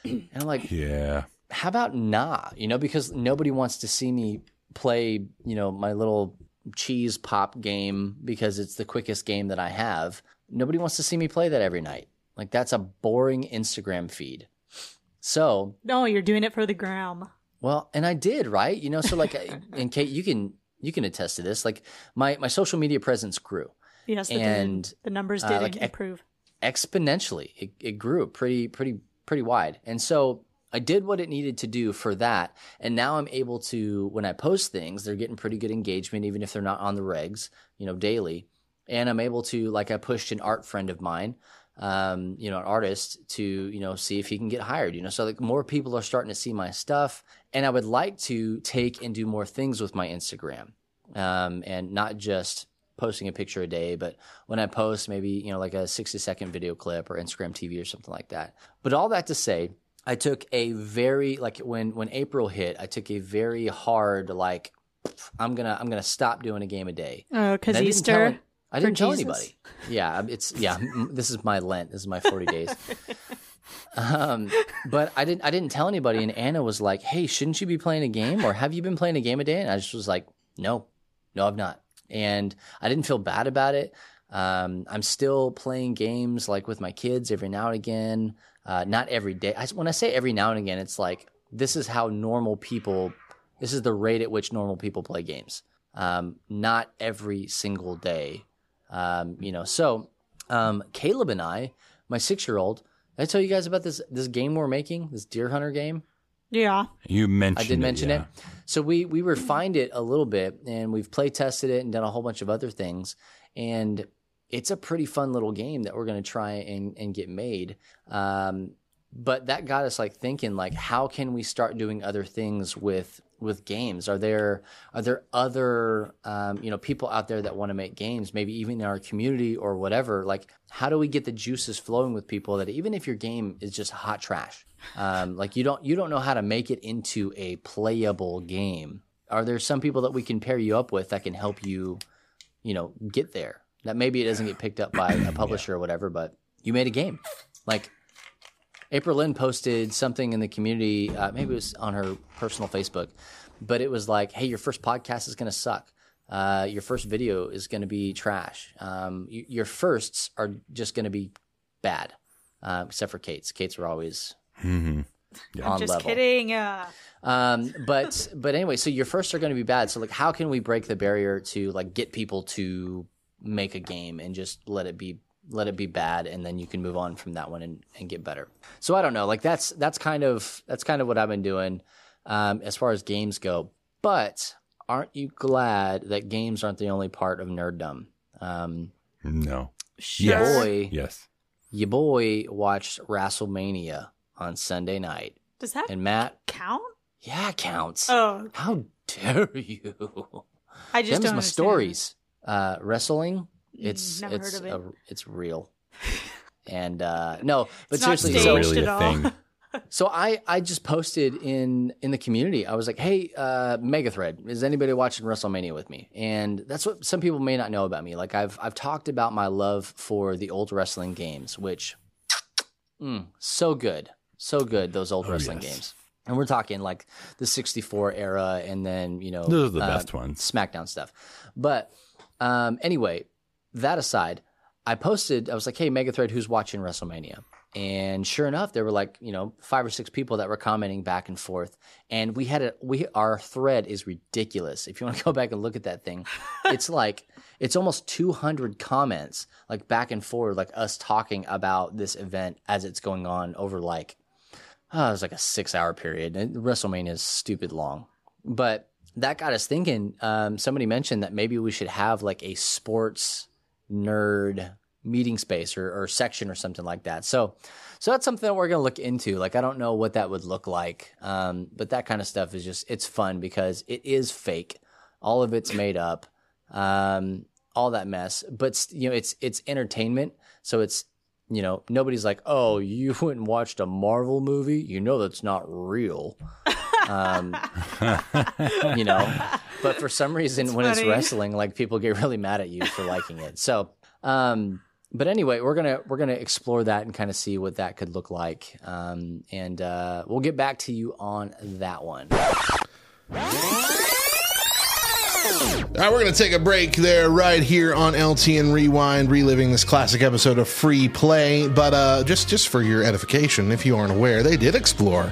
and I'm like,
Yeah.
how about not? You know, because nobody wants to see me play, you know, my little cheese pop game because it's the quickest game that I have. Nobody wants to see me play that every night. Like that's a boring Instagram feed. So,
No, you're doing it for the gram.
well, and I did, right? You know, so like I- and Kate, you can you can attest to this. Like my my social media presence grew.
Yes, they
And,
did. the numbers
uh,
didn't
like, ec-
improve.
exponentially. It, it grew pretty, pretty, pretty wide. And so I did what it needed to do for that. And now I'm able to, when I post things, they're getting pretty good engagement, even if they're not on the regs, you know, daily. And I'm able to, like, I pushed an art friend of mine, um, you know, an artist to, you know, see if he can get hired, you know, so like more people are starting to see my stuff. And I would like to take and do more things with my Instagram um, and not just posting a picture a day, but when I post maybe you know like a sixty second video clip or Instagram TV or something like that. But all that to say, I took a very like when when April hit, I took a very hard like I'm gonna I'm gonna stop doing a game a day.
Oh, because
And I didn't tell
Easter.
an- I
for
didn't tell
Jesus.
anybody. Yeah, um, it's yeah. m- This is my Lent. This is my forty days. Um, but I didn't. I didn't tell anybody. And Anna was like, "Hey, shouldn't you be playing a game? Or have you been playing a game a day?" And I just was like, "No, no, I've not." And I didn't feel bad about it. Um, I'm still playing games like with my kids every now and again. Uh, not every day. I, when I say every now and again, it's like this is how normal people. This is the rate at which normal people play games. Um, not every single day um, you know, so um, Caleb and I, my six-year-old, did I tell you guys about this this game we're making, this deer hunter game.
Yeah.
You mentioned
I did mention
yeah.
it. So we we refined it a little bit, and we've play tested it and done a whole bunch of other things. And it's a pretty fun little game that we're going to try and, and get made. Um, but that got us like thinking like how can we start doing other things with with games are there are there other um, you know people out there that want to make games maybe even in our community or whatever like how do we get the juices flowing with people that even if your game is just hot trash um, like you don't you don't know how to make it into a playable game are there some people that we can pair you up with that can help you you know get there that maybe it doesn't get picked up by a publisher or whatever but you made a game like April Lynn posted something in the community. Uh, maybe it was on her personal Facebook, but it was like, "Hey, your first podcast is going to suck. Uh, your first video is going to be trash. Um, y- your firsts are just going to be bad, uh, except for Kate's. Kate's were always on
Just
level.
kidding. Uh,
Um, but but anyway, so your firsts are going to be bad. So like, how can we break the barrier to like get people to make a game and just let it be let it be bad, and then you can move on from that one and, and get better. So I don't know. Like that's that's kind of that's kind of what I've been doing um, as far as games go. But aren't you glad that games aren't the only part of nerddom? Um,
No.
sure.
Boy,
Yes.
your boy watched WrestleMania on Sunday night,
Does that
and Matt,
count?
yeah, it counts.
Oh,
How dare you?
I just
Them's
don't
my
understand. Mm,
stories. Uh, wrestling, it's
Never
it's
heard of
a- it's real. And uh, no, but
It's not
seriously,
staged.
so
Is it really
at
a
all.
thing?
so I I just posted in in the community. I was like, "Hey, uh Megathread, is anybody watching WrestleMania with me?" And that's what some people may not know about me. Like I've I've talked about my love for the old wrestling games, which mm, so good. So good those old wrestling
Oh, yes.
games. And we're talking like the 64 era and then, you know,
Those are the
uh,
best ones.
SmackDown stuff. But um, anyway, that aside, I posted, I was like, hey, Megathread, who's watching WrestleMania? And sure enough, there were like, you know, five or six people that were commenting back and forth. And we had a, we, our thread is ridiculous. If you want to go back and look at that thing, it's like, it's almost 200 comments, like back and forth, like us talking about this event as it's going on over like, oh, it was like a six hour period. And WrestleMania is stupid long. But that got us thinking. Um, somebody mentioned that maybe we should have like a sports nerd meeting space or, or section or something like that. So, so that's something that we're going to look into. Like, I don't know what that would look like. Um, but that kind of stuff is just, it's fun because it is fake. All of it's made up. Um, all that mess, but you know, it's, it's entertainment. So it's, you know, nobody's like, oh, you went and watched a Marvel movie. You know, that's not real. Um, you know, but for some reason, when it's
funny.
wrestling, like people get really mad at you for liking it. So, um, but anyway, we're gonna we're gonna explore that and kind of see what that could look like, um, and uh, we'll get back to you on that one.
All right, we're going to take a break there right here on LTN Rewind, reliving this classic episode of Free Play. But uh, just just for your edification, if you aren't aware, they did explore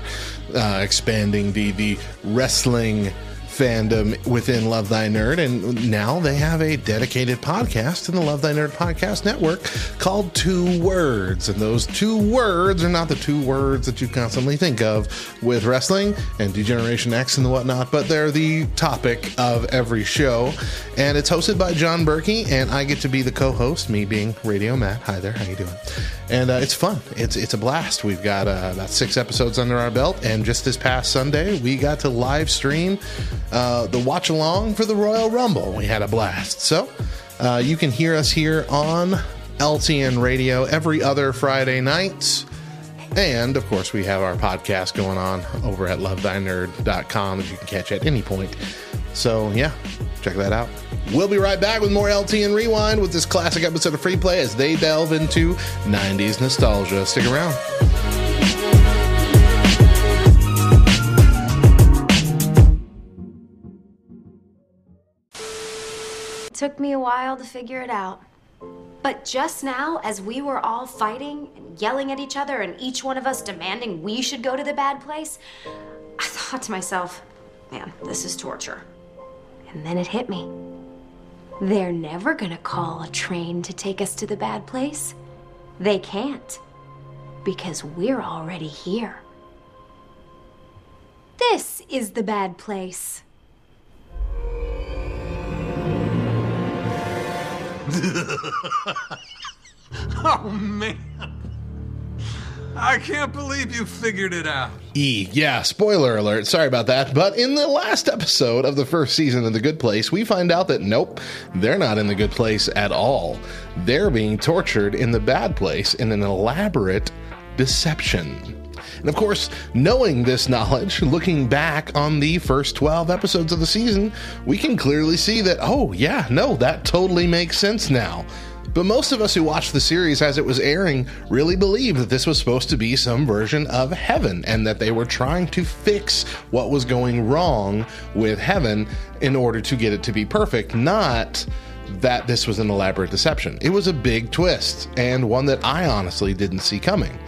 uh, expanding the the wrestling fandom within Love Thy Nerd, and now they have a dedicated podcast in the Love Thy Nerd podcast network called Two Words, and those two words are not the two words that you constantly think of with wrestling and Degeneration X and whatnot, but they're the topic of every show. And it's hosted by John Berkey, and I get to be the co-host, me being Radio Matt. Hi there, how you doing? And uh, it's fun. It's it's a blast. We've got uh, about six episodes under our belt, and just this past Sunday, we got to live stream uh, the watch along for the Royal Rumble. We had a blast. So uh, you can hear us here on LTN Radio every other Friday night. And of course, we have our podcast going on over at lovethynerd.com that you can catch at any point. So, yeah, check that out. We'll be right back with more LT and Rewind with this classic episode of Free Play as they delve into 90s nostalgia. Stick around.
It took me a while to figure it out. But just now, as we were all fighting and yelling at each other, and each one of us demanding we should go to the bad place, I thought to myself, man, this is torture. And then it hit me. They're never gonna call a train to take us to the bad place. They can't. Because we're already here. This is the bad place.
Oh, man. I can't believe you figured it out.
E. Yeah, spoiler alert. Sorry about that. But in the last episode of the first season of The Good Place, we find out that nope, they're not in the good place at all. They're being tortured in the bad place in an elaborate deception. And of course, knowing this knowledge, looking back on the first 12 episodes of the season, we can clearly see that, oh, yeah, no, that totally makes sense now. But most of us who watched the series as it was airing really believed that this was supposed to be some version of heaven and that they were trying to fix what was going wrong with heaven in order to get it to be perfect, not that this was an elaborate deception. It was a big twist and one that I honestly didn't see coming.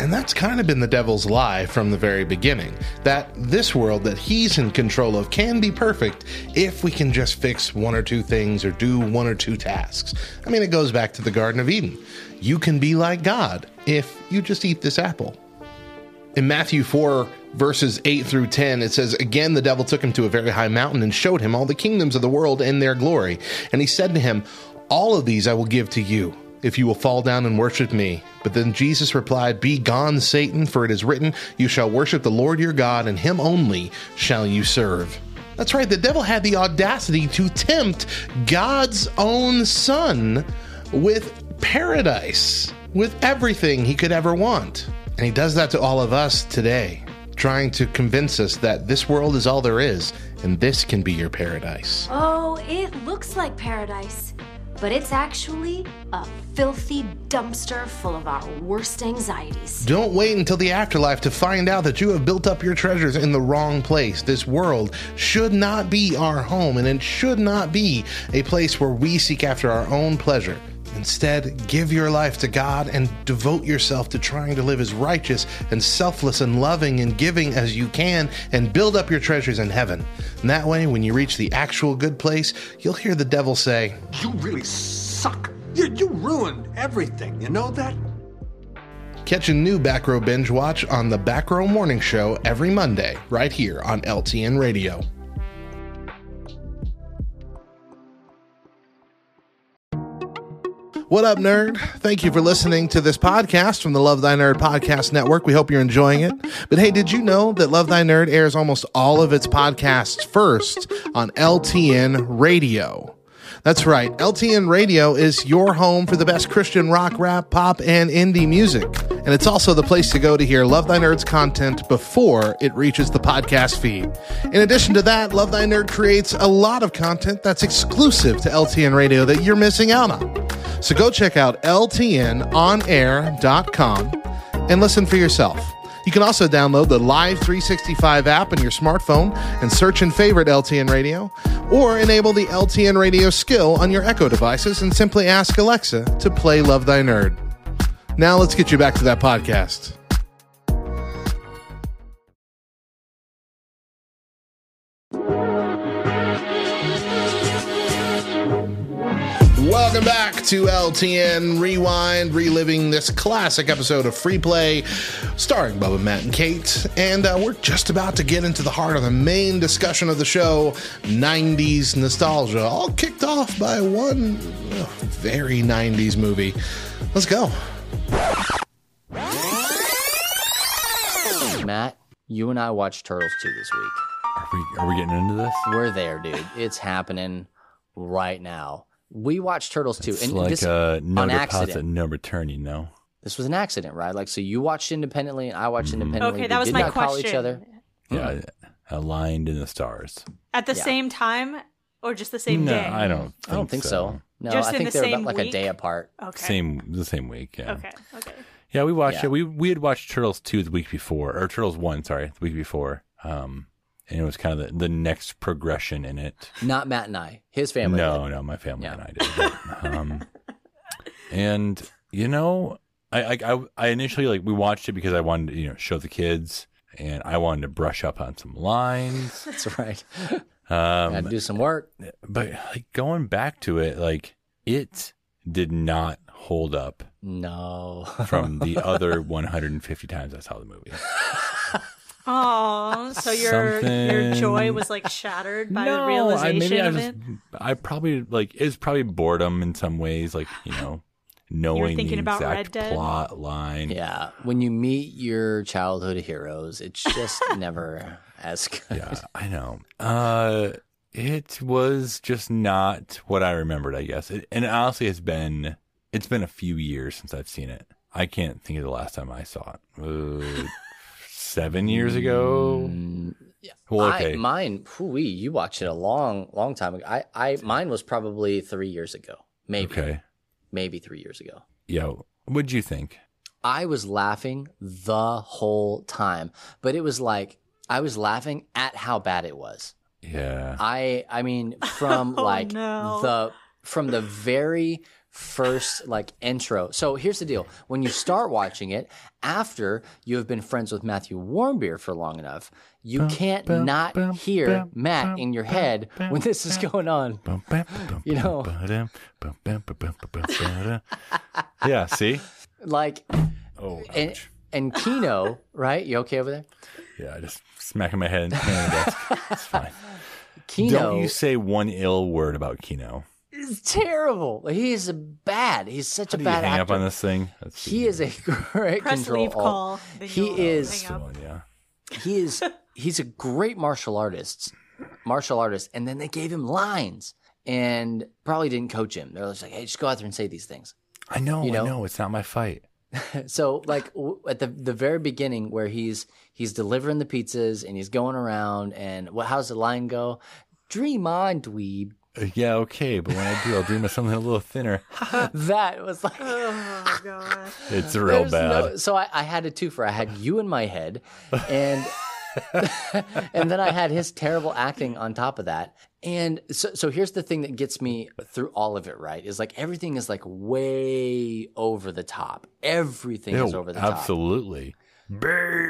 And that's kind of been the devil's lie from the very beginning that this world that he's in control of can be perfect if we can just fix one or two things or do one or two tasks. I mean, it goes back to the Garden of Eden. You can be like God if you just eat this apple. In Matthew 4, verses 8 through 10, it says, Again, the devil took him to a very high mountain and showed him all the kingdoms of the world and their glory. And he said to him, All of these I will give to you, if you will fall down and worship me. But then Jesus replied, Be gone, Satan, for it is written, You shall worship the Lord your God, and him only shall you serve. That's right, the devil had the audacity to tempt God's own son with paradise, with everything he could ever want. And he does that to all of us today, trying to convince us that this world is all there is, and this can be your paradise.
Oh, it looks like paradise, but it's actually a filthy dumpster full of our worst anxieties.
Don't wait until the afterlife to find out that you have built up your treasures in the wrong place. This world should not be our home, and it should not be a place where we seek after our own pleasure. Instead, give your life to God and devote yourself to trying to live as righteous and selfless and loving and giving as you can and build up your treasures in heaven. And that way, when you reach the actual good place, you'll hear the devil say,
You really suck. You, you ruined everything. You know that?
Catch a new Back Row Binge Watch on the Back Row Morning Show every Monday, right here on LTN Radio. What up, nerd? Thank you for listening to this podcast from the Love Thy Nerd Podcast Network. We hope you're enjoying it. But hey, did you know that Love Thy Nerd airs almost all of its podcasts first on LTN Radio? That's right. LTN Radio is your home for the best Christian rock, rap, pop, and indie music. And it's also the place to go to hear Love Thy Nerd's content before it reaches the podcast feed. In addition to that, Love Thy Nerd creates a lot of content that's exclusive to LTN Radio that you're missing out on. So go check out LTNonair.com and listen for yourself. You can also download the Live 365 app on your smartphone and search and favorite LTN Radio, or enable the LTN Radio skill on your Echo devices and simply ask Alexa to play Love Thy Nerd. Now let's get you back to that podcast. Welcome back to LTN Rewind, reliving this classic episode of Free Play, starring Bubba, Matt, and Kate. And uh, we're just about to get into the heart of the main discussion of the show 90s nostalgia, all kicked off by one uh, very 90s movie. Let's go.
Matt, you and I watched Turtles 2 this week.
Are we, are we getting into this?
We're there, dude. It's happening right now. We watched Turtles 2.
It's like
this,
uh, no
on
deposit,
accident.
no return. You know,
This was an accident, right? Like, so you watched independently and I watched
Mm-hmm.
independently.
Okay,
We
that was
did
my
not
question.
call each other.
yeah, aligned in the stars.
At the
Yeah.
same time or just the same
no,
day?
I don't. Think
I don't think so. No,
Just
I
in
think
the
they're about
same
like a
week?
day apart.
Okay.
Same the same week. Yeah.
Okay. Okay.
Yeah, we watched
Yeah.
it. We we had watched Turtles two the week before, or Turtles one, sorry, the week before. Um, and it was kind of the, the next progression in it.
Not Matt and I. His family.
no,
did.
no, my family
Yeah.
and I did. um, and you know, I, I I I initially like we watched it because I wanted to you know show the kids, and I wanted to brush up on some lines.
That's right.
Um,
Had to do some work.
but like going back to it, like it did not hold up
No.
from the other 150 times I saw the movie.
Oh, so your your joy
Something-
was like shattered by
no,
the realization
I, maybe I
of
just,
it.
I probably like it's probably boredom in some ways, like you know, knowing
thinking
the
about
exact
Red Dead?
plot line.
Yeah, when you meet your childhood heroes, it's just never as good.
Yeah, I know. Uh, it was just not what I remembered. I guess, it, and honestly, it's been it's been a few years since I've seen it. I can't think of the last time I saw it. Uh, seven years ago. Well,
Mm, I,
okay.
mine, whoo you watched it a long, long time ago. I, I, mine was probably three years ago, maybe,
okay.
maybe three years ago.
Yeah. What'd you think?
I was laughing the whole time, but it was like I was laughing at how bad it was.
Yeah.
I I mean from
Oh,
like
no.
the from the very first like intro. So here's the deal. When you start watching it after you have been friends with Matthew Warmbier for long enough, you can't
bum,
not
bum,
hear
bum,
Matt
bum,
in your
bum,
head
bum,
when this is
bum.
going on. You know.
know. yeah. See.
Like
Oh.
and
ouch.
and Kino, right? You okay over there?
Yeah. I just smacking my head. hand on the desk. It's fine.
Kino
Don't you say one ill word about Kino.
is terrible. He's bad. He's such a
Do you
bad
hang
actor.
up on this thing? Let's see.
He is a great
Press
control
leave
alt.
call, then
He
you'll
is
hang up.
One, yeah.
he is he's a great martial artist. Martial artist, and then they gave him lines and probably didn't coach him. They're just like, "Hey, just go out there and say these things."
I know,
You know?
I know. It's not my fight.
So, like w- at the the very beginning, where he's he's delivering the pizzas and he's going around, and what? How's the line go? Dream on, dweeb.
Uh, Yeah, okay, but when I do, I'll dream of something a little thinner.
That was like
Oh god.
It's real
There's
bad.
no- so I, I had a twofer. I had you in my head, and and then I had his terrible acting on top of that. And so, so here's the thing that gets me through all of it. Right, is like everything is like way over the top. Everything is
Ew,
over the
absolutely.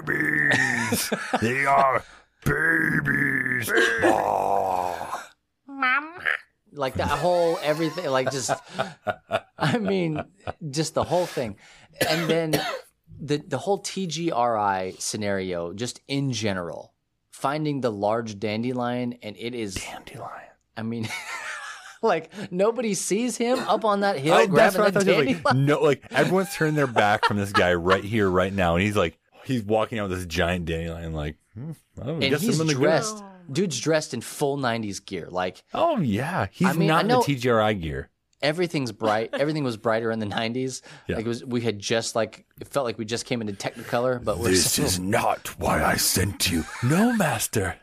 Babies, they are babies. Oh.
top. Like that whole everything. Like just, I mean, just the whole thing. And then the the whole TGRI scenario, just in general, finding the large dandelion, and it is.
Dandelion.
I mean, like nobody sees him up on that hill
I- that's
grabbing
what I
that
thought. too,
dandy.
Like, no, like everyone's turned their back from this guy right here, right now, and he's like, he's walking out with this giant dandelion, like, hmm, oh,
and
guess I'm
he's
gonna go-
dressed. Dude's dressed in full '90s gear. Like
Oh yeah, he's
I mean, I
not in
know-
the TGRI gear.
everything's bright. Everything was brighter in the '90s.
Yeah.
Like it was, we had just like it felt like we just came into Technicolor, but we're
This
still,
is not why I sent you. No, master.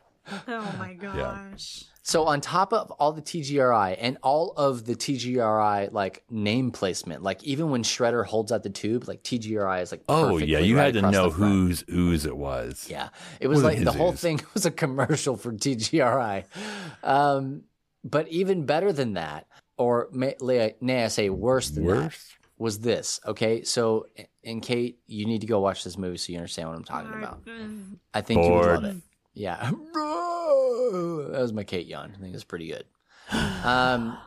Oh my gosh.
so on top of all the TGRI and all of the TGRI like name placement. Like even when Shredder holds out the tube, like TGRI is like
Oh yeah,
perfectly
you
right
had to
across
know
the front.
whose ooze it was.
Yeah, it was
Wasn't
like the
his
whole
ooze.
thing was a commercial for TGRI. Um, but even better than that, or may, lay- nay, I say worse than that,
Worse.
was this. Okay, so and Kate, you need to go watch this movie so you understand what I'm talking about. I think you would
Bored.
love it. Yeah, that was my Kate yawn. I think it's pretty good. Um,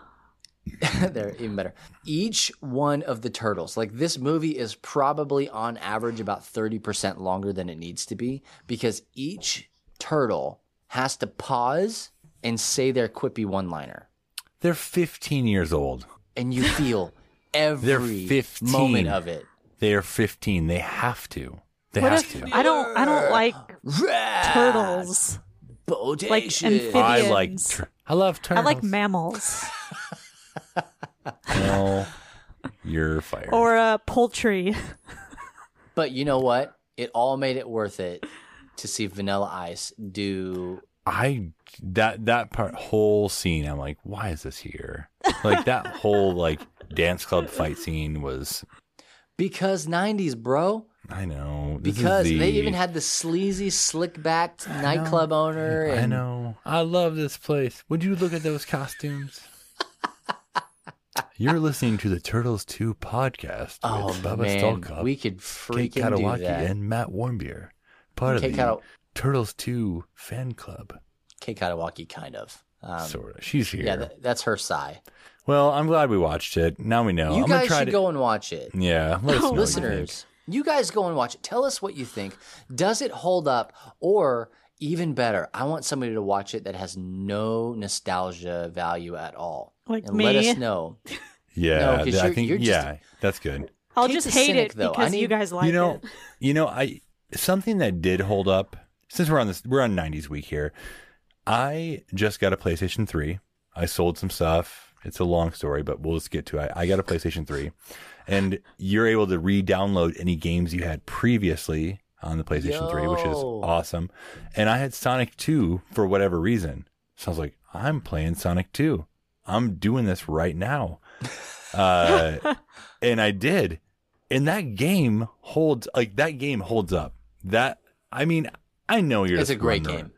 they're even better. Each one of the turtles, like this movie is probably on average about 30% longer than it needs to be because each turtle has to pause and say their quippy one liner.
They're 15 years old.
And you feel every
15.
moment of it.
They're 15. They have to. They
What
have
if
to.
I don't I don't like turtles.
Bodacious.
amphibious-
I like.
Amphibians.
Tur- I love
I
turtles.
like mammals
No, you're fired.
or uh, poultry.
But you know what? It all made it worth it to see Vanilla Ice do
I that that part whole scene. I'm like, why is this here? Like that whole like dance club fight scene was.
because 90s, bro.
I know this is
Because
the-
they even had the sleazy, slick backed nightclub owner.
I
and
know. I love this place. Would you look at those costumes? You're listening to the Turtles 2 podcast
Oh,
with Bubba
man.
Stolkov,
We could freaking
Kate
do
Katawaki,
that.
and Matt Warmbier. Part
Kate
of the
Kata-
Turtles 2 fan club.
Kate Katawaki, kind of. Um,
sort of. She's here.
yeah, that, that's her sigh.
well, I'm glad we watched it. Now we know.
you
I'm
guys
gonna try
should
to...
go and watch it.
Yeah, let us know what you think.
Oh, Listeners, You guys go and watch it. Tell us what you think. Does it hold up? Or even better, I want somebody to watch it that has no nostalgia value at all.
Like
and let
me?
us know. No,
Yeah,
'cause
th- I
you're-
think
you're just-
yeah, that's good.
I'll
Kate's
just
a
hate
cynic,
it
though. I
because you
need-
guys like
you know,
it.
you know, I something that did hold up since we're on this we're on 90s week here. I just got a PlayStation 3. I sold some stuff. It's a long story, but we'll just get to it. I, I got a PlayStation 3 and you're able to re-download any games you had previously on the PlayStation 3, which is
Yo.
awesome. And I had Sonic 2 for whatever reason. So I was like, I'm playing Sonic 2. I'm doing this right now. Uh, and I did. And that game holds like that game holds up. That I mean, I know you're.
It's
just
a great
wondering.
game.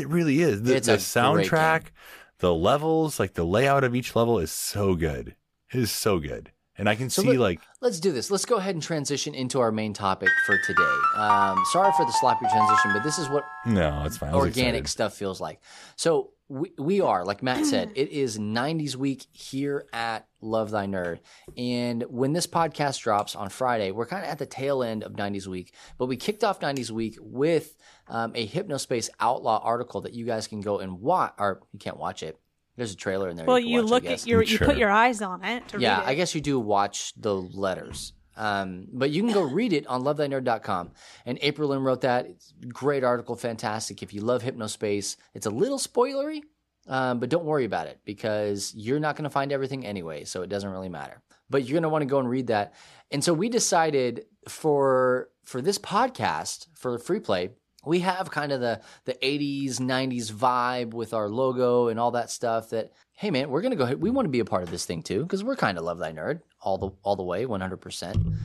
It really is. The,
It's
the
a great
soundtrack,
game.
the levels, like the layout of each level is so good. It is so good, and I can
So
see
let-
like
Let's do this. Let's go ahead and transition into our main topic for today. Um, sorry for the sloppy transition, but this is what
no, it's fine. I was
organic
excited.
stuff feels like. So we, we are, like Matt said, it is 90s week here at Love Thy Nerd. And when this podcast drops on Friday, we're kind of at the tail end of 90s week, but we kicked off 90s week with um, a Hypnospace Outlaw article that you guys can go and watch, or you can't watch it. There's a trailer in there.
well,
can
you
watch, I
look
guess.
at your, you
Sure.
put your eyes on it to
Yeah,
read it.
I guess you do watch the letters. Um, but you can go read it on lovethynerd.com. And April Lynn wrote that. It's a great article, fantastic. If you love hypnospace, it's a little spoilery, um, but don't worry about it because you're not going to find everything anyway, so it doesn't really matter. But you're going to want to go and read that. And so we decided for for this podcast for free play, we have kind of the the 80s 90s vibe with our logo and all that stuff that hey man we're gonna go ahead we want to be a part of this thing too because we're kind of love thy nerd all the all the way 100%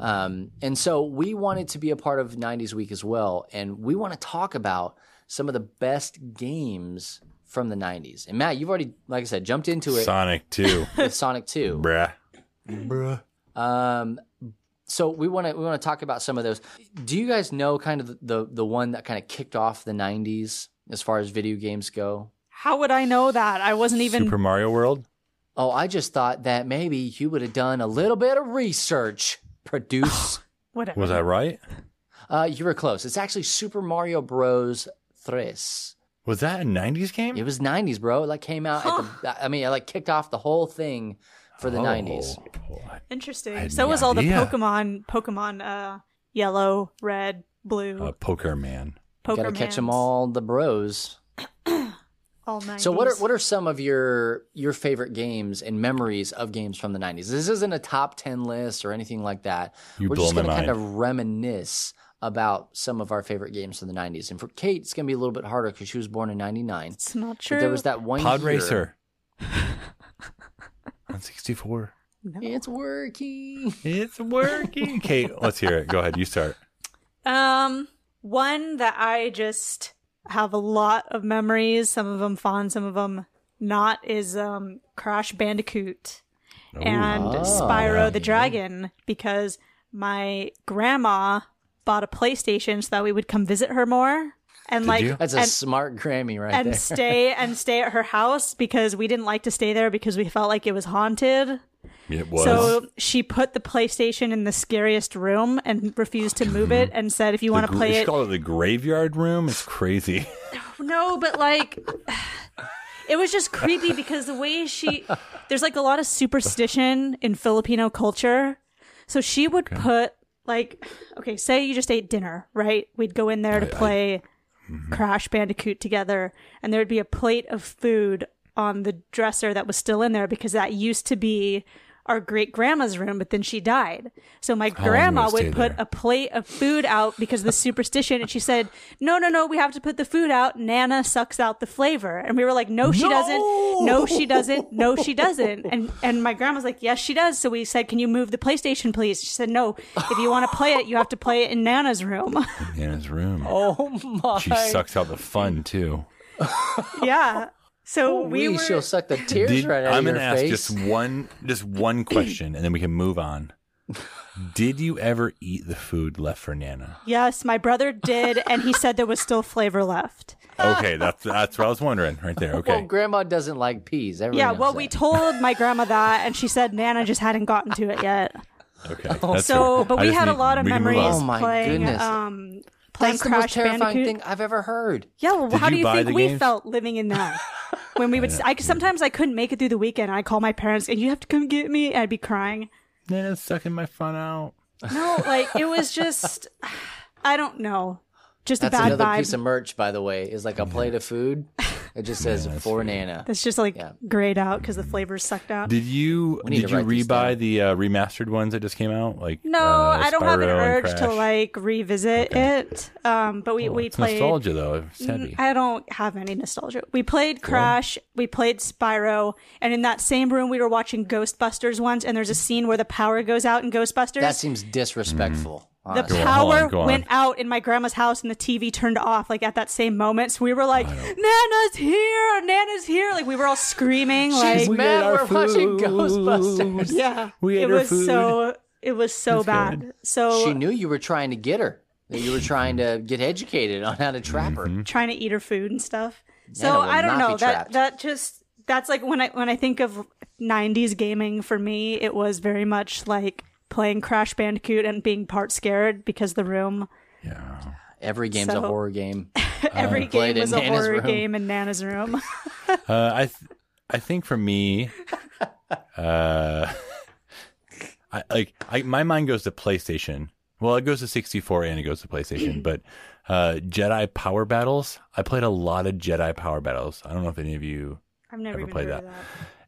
um, and so we wanted to be a part of 90s week as well and we want to talk about some of the best games from the 90s and matt you've already like i said jumped into it
Sonic Two,
with sonic 2
bruh.
um, so we want to we want to talk about some of those. Do you guys know kind of the the, the one that kind of kicked off the '90s as far as video games go?
How would I know that? I wasn't even.
Super Mario World.
Oh, I just thought that maybe you would have done a little bit of research. Produce.
whatever.
Was I right?
uh, you were close. It's actually Super Mario Bros. Tres.
Was that a '90s game?
It was '90s, bro. It like came out. At the, I mean, it like kicked off the whole thing for the
Oh.
'90s.
I
Interesting.
had
So
no
was all the
idea.
Pokemon, Pokemon, uh, yellow, red, blue,
Uh, Poker Man.
Pokemon.
Gotta catch them all, the bros.
All 90s.
So what are what are some of your your favorite games and memories of games from the 90s? This isn't a top 10 list or anything like that.
You
We're
blow
just
my
gonna
mind.
kind of reminisce about some of our favorite games from the 90s. And for Kate, it's going to be a little bit harder cuz she was born in 99.
It's not
But
true.
there was that one
Pod
year-
Racer. on 64.
It's working.
It's working. Kate, let's hear it. Go ahead. You start.
Um, one that I just have a lot of memories. Some of them fond, some of them not. Is um Crash Bandicoot and
Ah.
Spyro the Dragon because my grandma bought a PlayStation so that we would come visit her more and
Did
like
you?
That's a
and,
smart Grammy right
and
there.
stay and stay at her house because we didn't like to stay there because we felt like it was haunted.
It was.
So she put the PlayStation in the scariest room and refused to move it and said, "If you want to play
she
it,
called it the graveyard room. It's crazy.
no." But like, it was just creepy because the way she there's like a lot of superstition in Filipino culture, so she would put like, okay, say you just ate dinner, right? We'd go in there to play Crash Bandicoot together, and there would be a plate of food on the dresser that was still in there because that used to be our great grandma's room, but then she died. So my
you
grandma
gonna stay
would put
there?
a plate of food out because of the superstition, and she said, "No, no, no, we have to put the food out. Nana sucks out the flavor." And we were like, "No, she doesn't. No, she doesn't. No, she doesn't." And and my grandma's like, "Yes, she does." So we said, "Can you move the PlayStation, please?" She said, "No. If you want to play it, you have to play it in Nana's room."
In his room.
oh my.
She sucks out the fun, too.
yeah. So
Oh, we
we were
she'll suck the tears
Did-
right out
I'm
of
gonna
your
ask
face.
just one just one question and then we can move on. Did you ever eat the food left for Nana?
Yes, my brother did, and he said there was still flavor left.
Okay, that's that's what I was wondering right there.
Oh
Well,
Okay.
grandma doesn't like peas. Everyone
yeah,
knows
well,
that.
we told my grandma that, and she said Nana just hadn't gotten to it yet.
Okay. that's cool.
So, but
I
we
just
had a
need-
lot of
we can move
memories
on.
Oh my
playing.
goodness.
Um, playing
That's the most
Crash
terrifying
Bandicoot.
thing I've ever heard.
Yeah, well,
Did
how
you
do you
buy
think
the
we
games?
felt living in that? when we would, I sometimes I couldn't make it through the weekend. I call my parents, and you have to come get me. I'd be crying.
Nah, it's sucking my fun out.
No, like it was just, I don't know, just
That's
a bad
another
vibe.
piece of merch, by the way, is like a plate of food. It just says for Nana.
That's just like
Yeah.
grayed out because the flavors sucked out.
Did you
need
did
to
you
write these down.
rebuy the uh, remastered ones that just came out? Like
no,
uh,
I don't have an
Spyro and
urge to
Crash? Oh,
like revisit it. Um, but we we
it's
played.
nostalgia though. It's heavy.
I don't have any nostalgia. We played Crash, we played Spyro, and in that same room we were watching Ghostbusters once, and there's a scene where the power goes out in Ghostbusters.
That seems disrespectful.
the
honestly.
hold on,
power
go on.
went out in my grandma's house and the TV turned off like at that same moment. So we were like, Nana's here, Nana's here. Like we were all screaming. like
She's mad
our
we're watching
food.
Ghostbusters.
Yeah.
We ate
it
her
was
food.
so it was so bad. So
She knew you were trying to get her. That you were trying to get educated on how to trap her.
Mm-hmm.
trying to eat her food and stuff.
Nana
So
will
I don't
not be
know. That
trapped.
that just that's like when I when I think of '90s gaming for me, it was very much like playing Crash Bandicoot and being part scared because the room,
yeah.
Every game's a
So-
horror game.
every
Uh, played
game
in
was a
Nana's
horror
room.
game in Nana's room.
Uh, I th- I think for me, uh, I like I, my mind goes to PlayStation. Well, it goes to 64 and it goes to PlayStation, but uh, Jedi Power Battles. I played a lot of Jedi Power Battles. I don't know if any of you
I've never
Ever
even
played
heard of
that?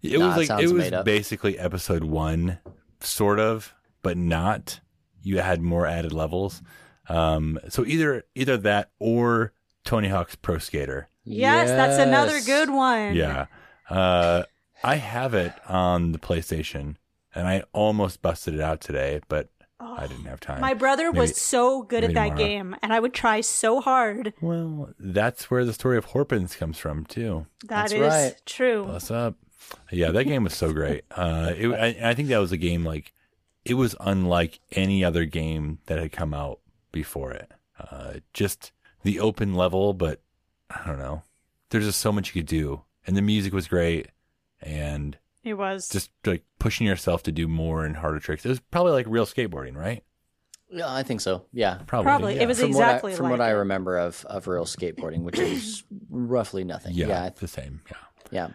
that.
It
Nah, it
was like
sounds
it was
made up.
basically episode one, sort of, but not. You had more added levels. Um, so either either that or Tony Hawk's Pro Skater.
Yes, that's another
Yes.
good one.
Yeah, uh, I have it on the PlayStation, and I almost busted it out today, but I didn't have time.
Oh, My brother was
Maybe-
so good at
maybe
that
tomorrow.
game, and I would try so hard.
well, that's where the story of Horpins comes from too.
That
That's
is
right.
true.
What's up? Yeah, that game was so great. Uh, it, I, I think that was a game like it was unlike any other game that had come out before it. Uh, just the open level, but I don't know. There's just so much you could do, and the music was great, and
It was.
just like pushing yourself to do more and harder tricks. It was probably like real skateboarding, right?
Yeah, I think so. Yeah.
Probably.
Probably. It
yeah.
was
From
exactly
what I, from
like
what I
it.
remember of, of real skateboarding, which is roughly nothing.
yeah,
Yeah. Yeah. I
the
th-
same. Yeah,
yeah.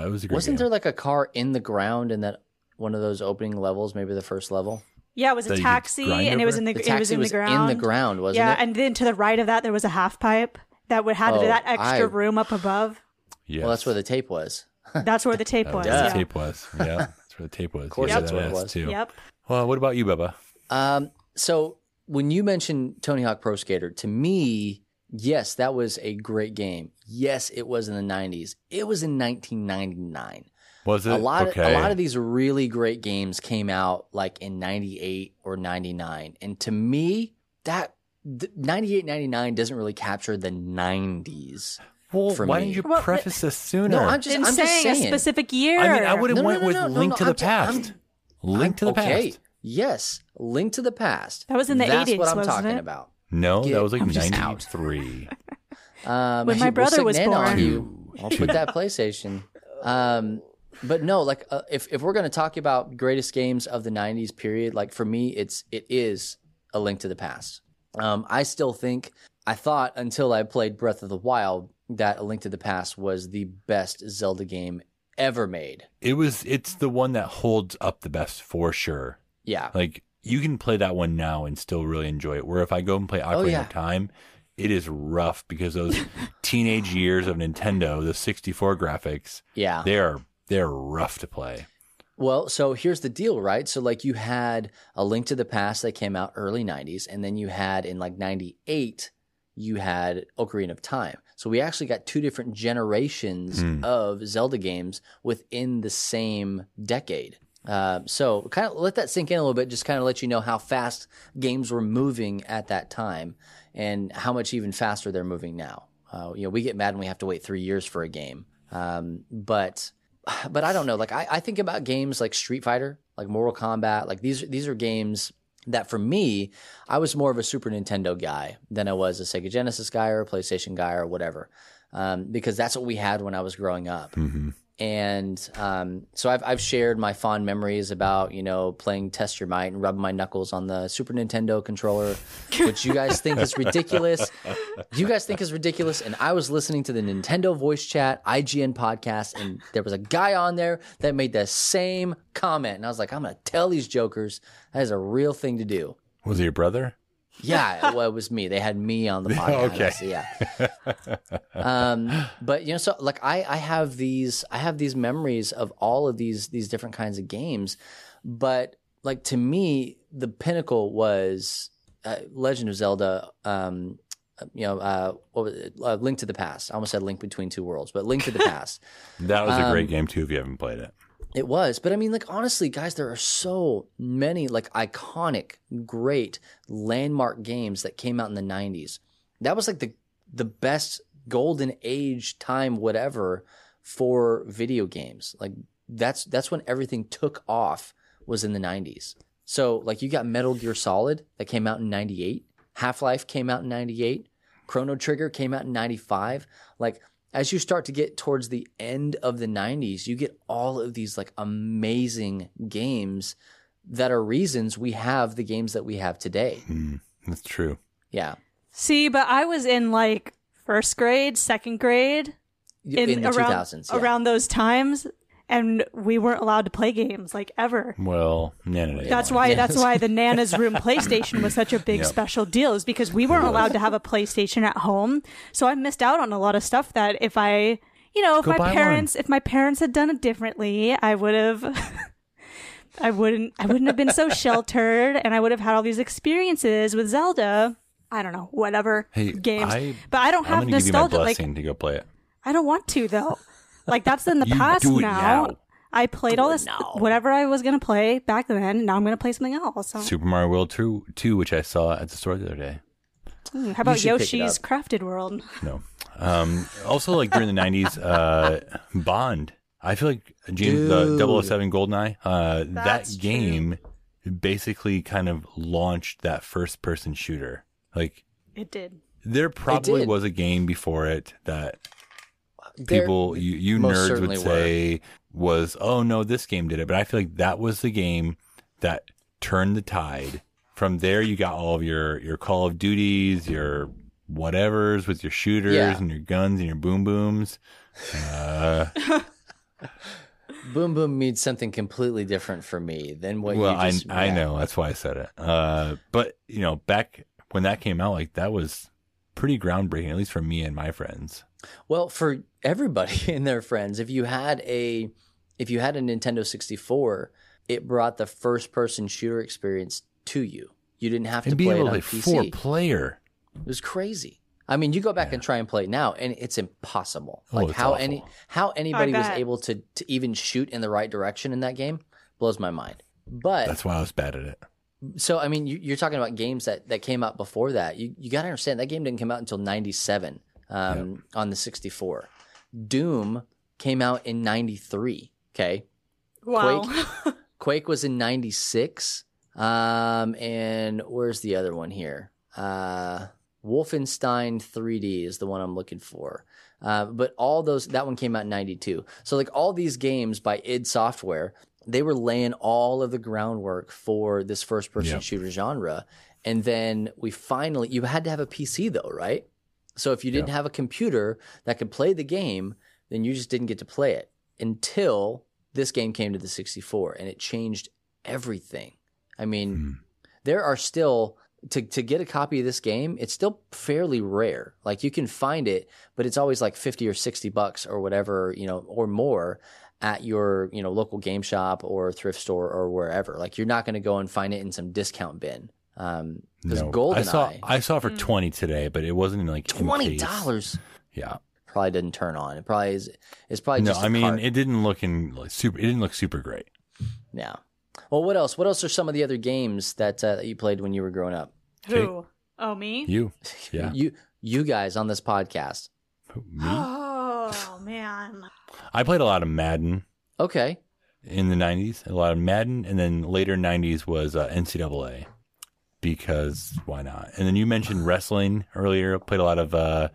yeah, it was a great.
Wasn't
game.
there like a car in the ground in that one of those opening levels, maybe the first level?
Yeah, it was
that
a
you could
taxi,
grind
and it was
over?
in the,
The
it was
taxi
in
was
the ground.
in the ground, wasn't
yeah,
it?
and then to the right of that there was a half pipe that would have
Oh,
that extra
I-
room up above.
Yes.
Well, that's where the tape was.
That's where the tape
Oh,
was.
That's where
yeah.
the tape was. Yeah, that's where the tape was. Of
course
yeah,
that's
that
what it
is,
was.
Too.
Yep.
Well, what about you, Bubba?
Um, so when you mentioned Tony Hawk Pro Skater, to me, yes, that was a great game. Yes, it was in the 90s. It was in 1999.
Was it
a lot
okay?
of, a lot of these really great games came out like in 98 or 99 and to me that th- 98 99 doesn't really capture the 90s
well,
for
why
me.
didn't you
Well,
preface this sooner?
no i'm just
Didn't
i'm just
saying a
saying
specific year.
I mean, I would have
No, no,
went
no,
with
no, no,
Link
no,
to the
I'm ju-
Past.
I'm-
Link to the
okay
past.
yes link to the past
That was in the
that's
80s,
what i'm
wasn't
talking
it?
about
No,
Get-
that was like
I'm just out.
93.
Um,
When my
we'll
brother
stick
was
Nana on
born.
you. I'll put that PlayStation. Um, but no, like uh, if if we're gonna talk about greatest games of the '90s period, like for me, it's it is a link to the past. Um, I still think I thought until I played Breath of the Wild that A Link to the Past was the best Zelda game ever made.
it was. It's the one that holds up the best for sure.
Yeah,
Like you can play that one now and still really enjoy it. Where if I go and play Ocarina
Oh, yeah.
of Time, it is rough because those teenage years of Nintendo, the 64 graphics,
yeah.
they're they're rough to play.
Well, so here's the deal, right? So like you had A Link to the Past that came out early 90s and then you had in like 98 you had Ocarina of Time. So we actually got two different generations of Zelda games within the same decade. Uh, so kind of let that sink in a little bit, just kind of let you know how fast games were moving at that time and how much even faster they're moving now. Uh, you know, we get mad and we have to wait three years for a game. Um, but but I don't know. Like I, I think about games like Street Fighter, like Mortal Kombat. Like these these are games that for me, I was more of a Super Nintendo guy than I was a Sega Genesis guy or a PlayStation guy or whatever, um, because that's what we had when I was growing up. and um, so I've I've shared my fond memories about you know playing Test Your Might and rubbing my knuckles on the Super Nintendo controller, which you guys think is ridiculous. You guys think is ridiculous, and I was listening to the Nintendo voice chat IGN podcast, and there was a guy on there that made the same comment, and I was like, I'm gonna tell these jokers that is a real thing to do.
Was it your brother?
Yeah, well, it was me. They had me on the podcast.
okay.
so yeah. Um, but you know, so like I, I have these, I have these memories of all of these, these different kinds of games. But like to me, the pinnacle was uh, Legend of Zelda. Um, you know, uh, what was it? Uh, Link to the Past. I almost said Link Between Two Worlds, but Link to the Past.
That was a
Um,
great game too. If you haven't played it,
It was, but I mean, like honestly, guys, there are so many like iconic, great landmark games that came out in the '90s. That was like the the best golden age time, whatever, for video games. Like that's that's when everything took off was in the '90s. So like you got Metal Gear Solid that came out in '98, Half Life came out in '98, Chrono Trigger came out in 95. Like as you start to get towards the end of the 90s, you get all of these like amazing games that are reasons we have the games that we have today.
Mm-hmm. that's true.
Yeah.
See, but I was in like first grade, second grade
Y- In, the
around,
2000s. Yeah.
around those times, and we weren't allowed to play games like ever.
Well, no, no, no.
That's why. That's why the Nana's room PlayStation was such a big special deal. Is because we weren't allowed to have a PlayStation at home, so I missed out on a lot of stuff that if I, you know, if
Go buy
my
one.
parents, if my parents had done it differently, I would have. I wouldn't. I wouldn't have been so sheltered, and I would have had all these experiences with Zelda. I don't know, whatever
Hey,
games,
I-
but I don't
I'm
have
gonna give you my
nostalgia. Like
blessing to go play it.
I don't want to though. Like that's in the
You
past
do it
now.
now.
I played all this whatever I was gonna play back then. and Now I'm gonna play something else. So,
Super Mario World 2, 2, which I saw at the store the other day.
Hmm, how about
should pick it
Yoshi's
up.
Crafted World?
No. Um, also, like during the 90s, uh, Bond. I feel like James, the 007 Goldeneye, uh, that
That's
game basically kind of launched that first person shooter. Like,
It did.
there probably
did.
was a game before it that
There-
people, you, you
most
nerds
certainly
would say was, oh no, this game did it. But I feel like that was the game that turned the tide. From there, you got all of your, your Call of Duties, your whatevers with your shooters
Yeah.
and your guns and your boom booms.
Boom Boom means something completely different for me than what
well,
you just
I, I
yeah.
know that's why I said it. Uh, but you know, back when that came out, like that was pretty groundbreaking, at least for me and my friends.
Well, for everybody and their friends, if you had a if you had a Nintendo 64, it brought the first person shooter experience to you. You didn't have to
And being
play it
able
on
to play
PC.
four player,
It was crazy. I mean, you go back and try and play it now, and it's impossible.
Oh,
like
it's
how
awful.
any how anybody was
bet.
able to to even shoot in the right direction in that game blows my mind. But
that's why I was bad at it.
so I mean, you, you're talking about games that that came out before that. You you got to understand that game didn't come out until '97 um, on the 64. Doom came out in '93. Okay, Quake. Quake was in '96. Um, and where's the other one here? Uh, Wolfenstein 3D is the one I'm looking for. Uh, but all those that one came out in '92. So like all these games by id Software, they were laying all of the groundwork for this first-person
Yep.
shooter genre. And then we finally, you had to have a PC though, right? So if you didn't have a computer that could play the game, then you just didn't get to play it until this game came to the 64 and it changed everything. I mean,
Hmm.
there are still to to get a copy of this game, it's still fairly rare. Like you can find it, but it's always like 50 or 60 bucks or whatever, you know, or more at your, you know, local game shop or thrift store or wherever. Like you're not going to go and find it in some discount bin. Um cuz
No.
GoldenEye
I saw I saw for twenty today, but it wasn't in like in
$20
case. Yeah,
probably didn't turn on. It probably is it's probably
no,
just a
I mean
cart.
it didn't look in like super. It didn't look super great.
Yeah. Well, what else? What else are some of the other games that uh, that you played when you were growing up?
Who? Oh, me.
You, yeah,
You you guys on this podcast.
me.
Oh man.
I played a lot of Madden
Okay.
in the nineties. A lot of Madden, and then later nineties was uh, NCAA because why not? And then you mentioned wrestling earlier. Played a lot of uh,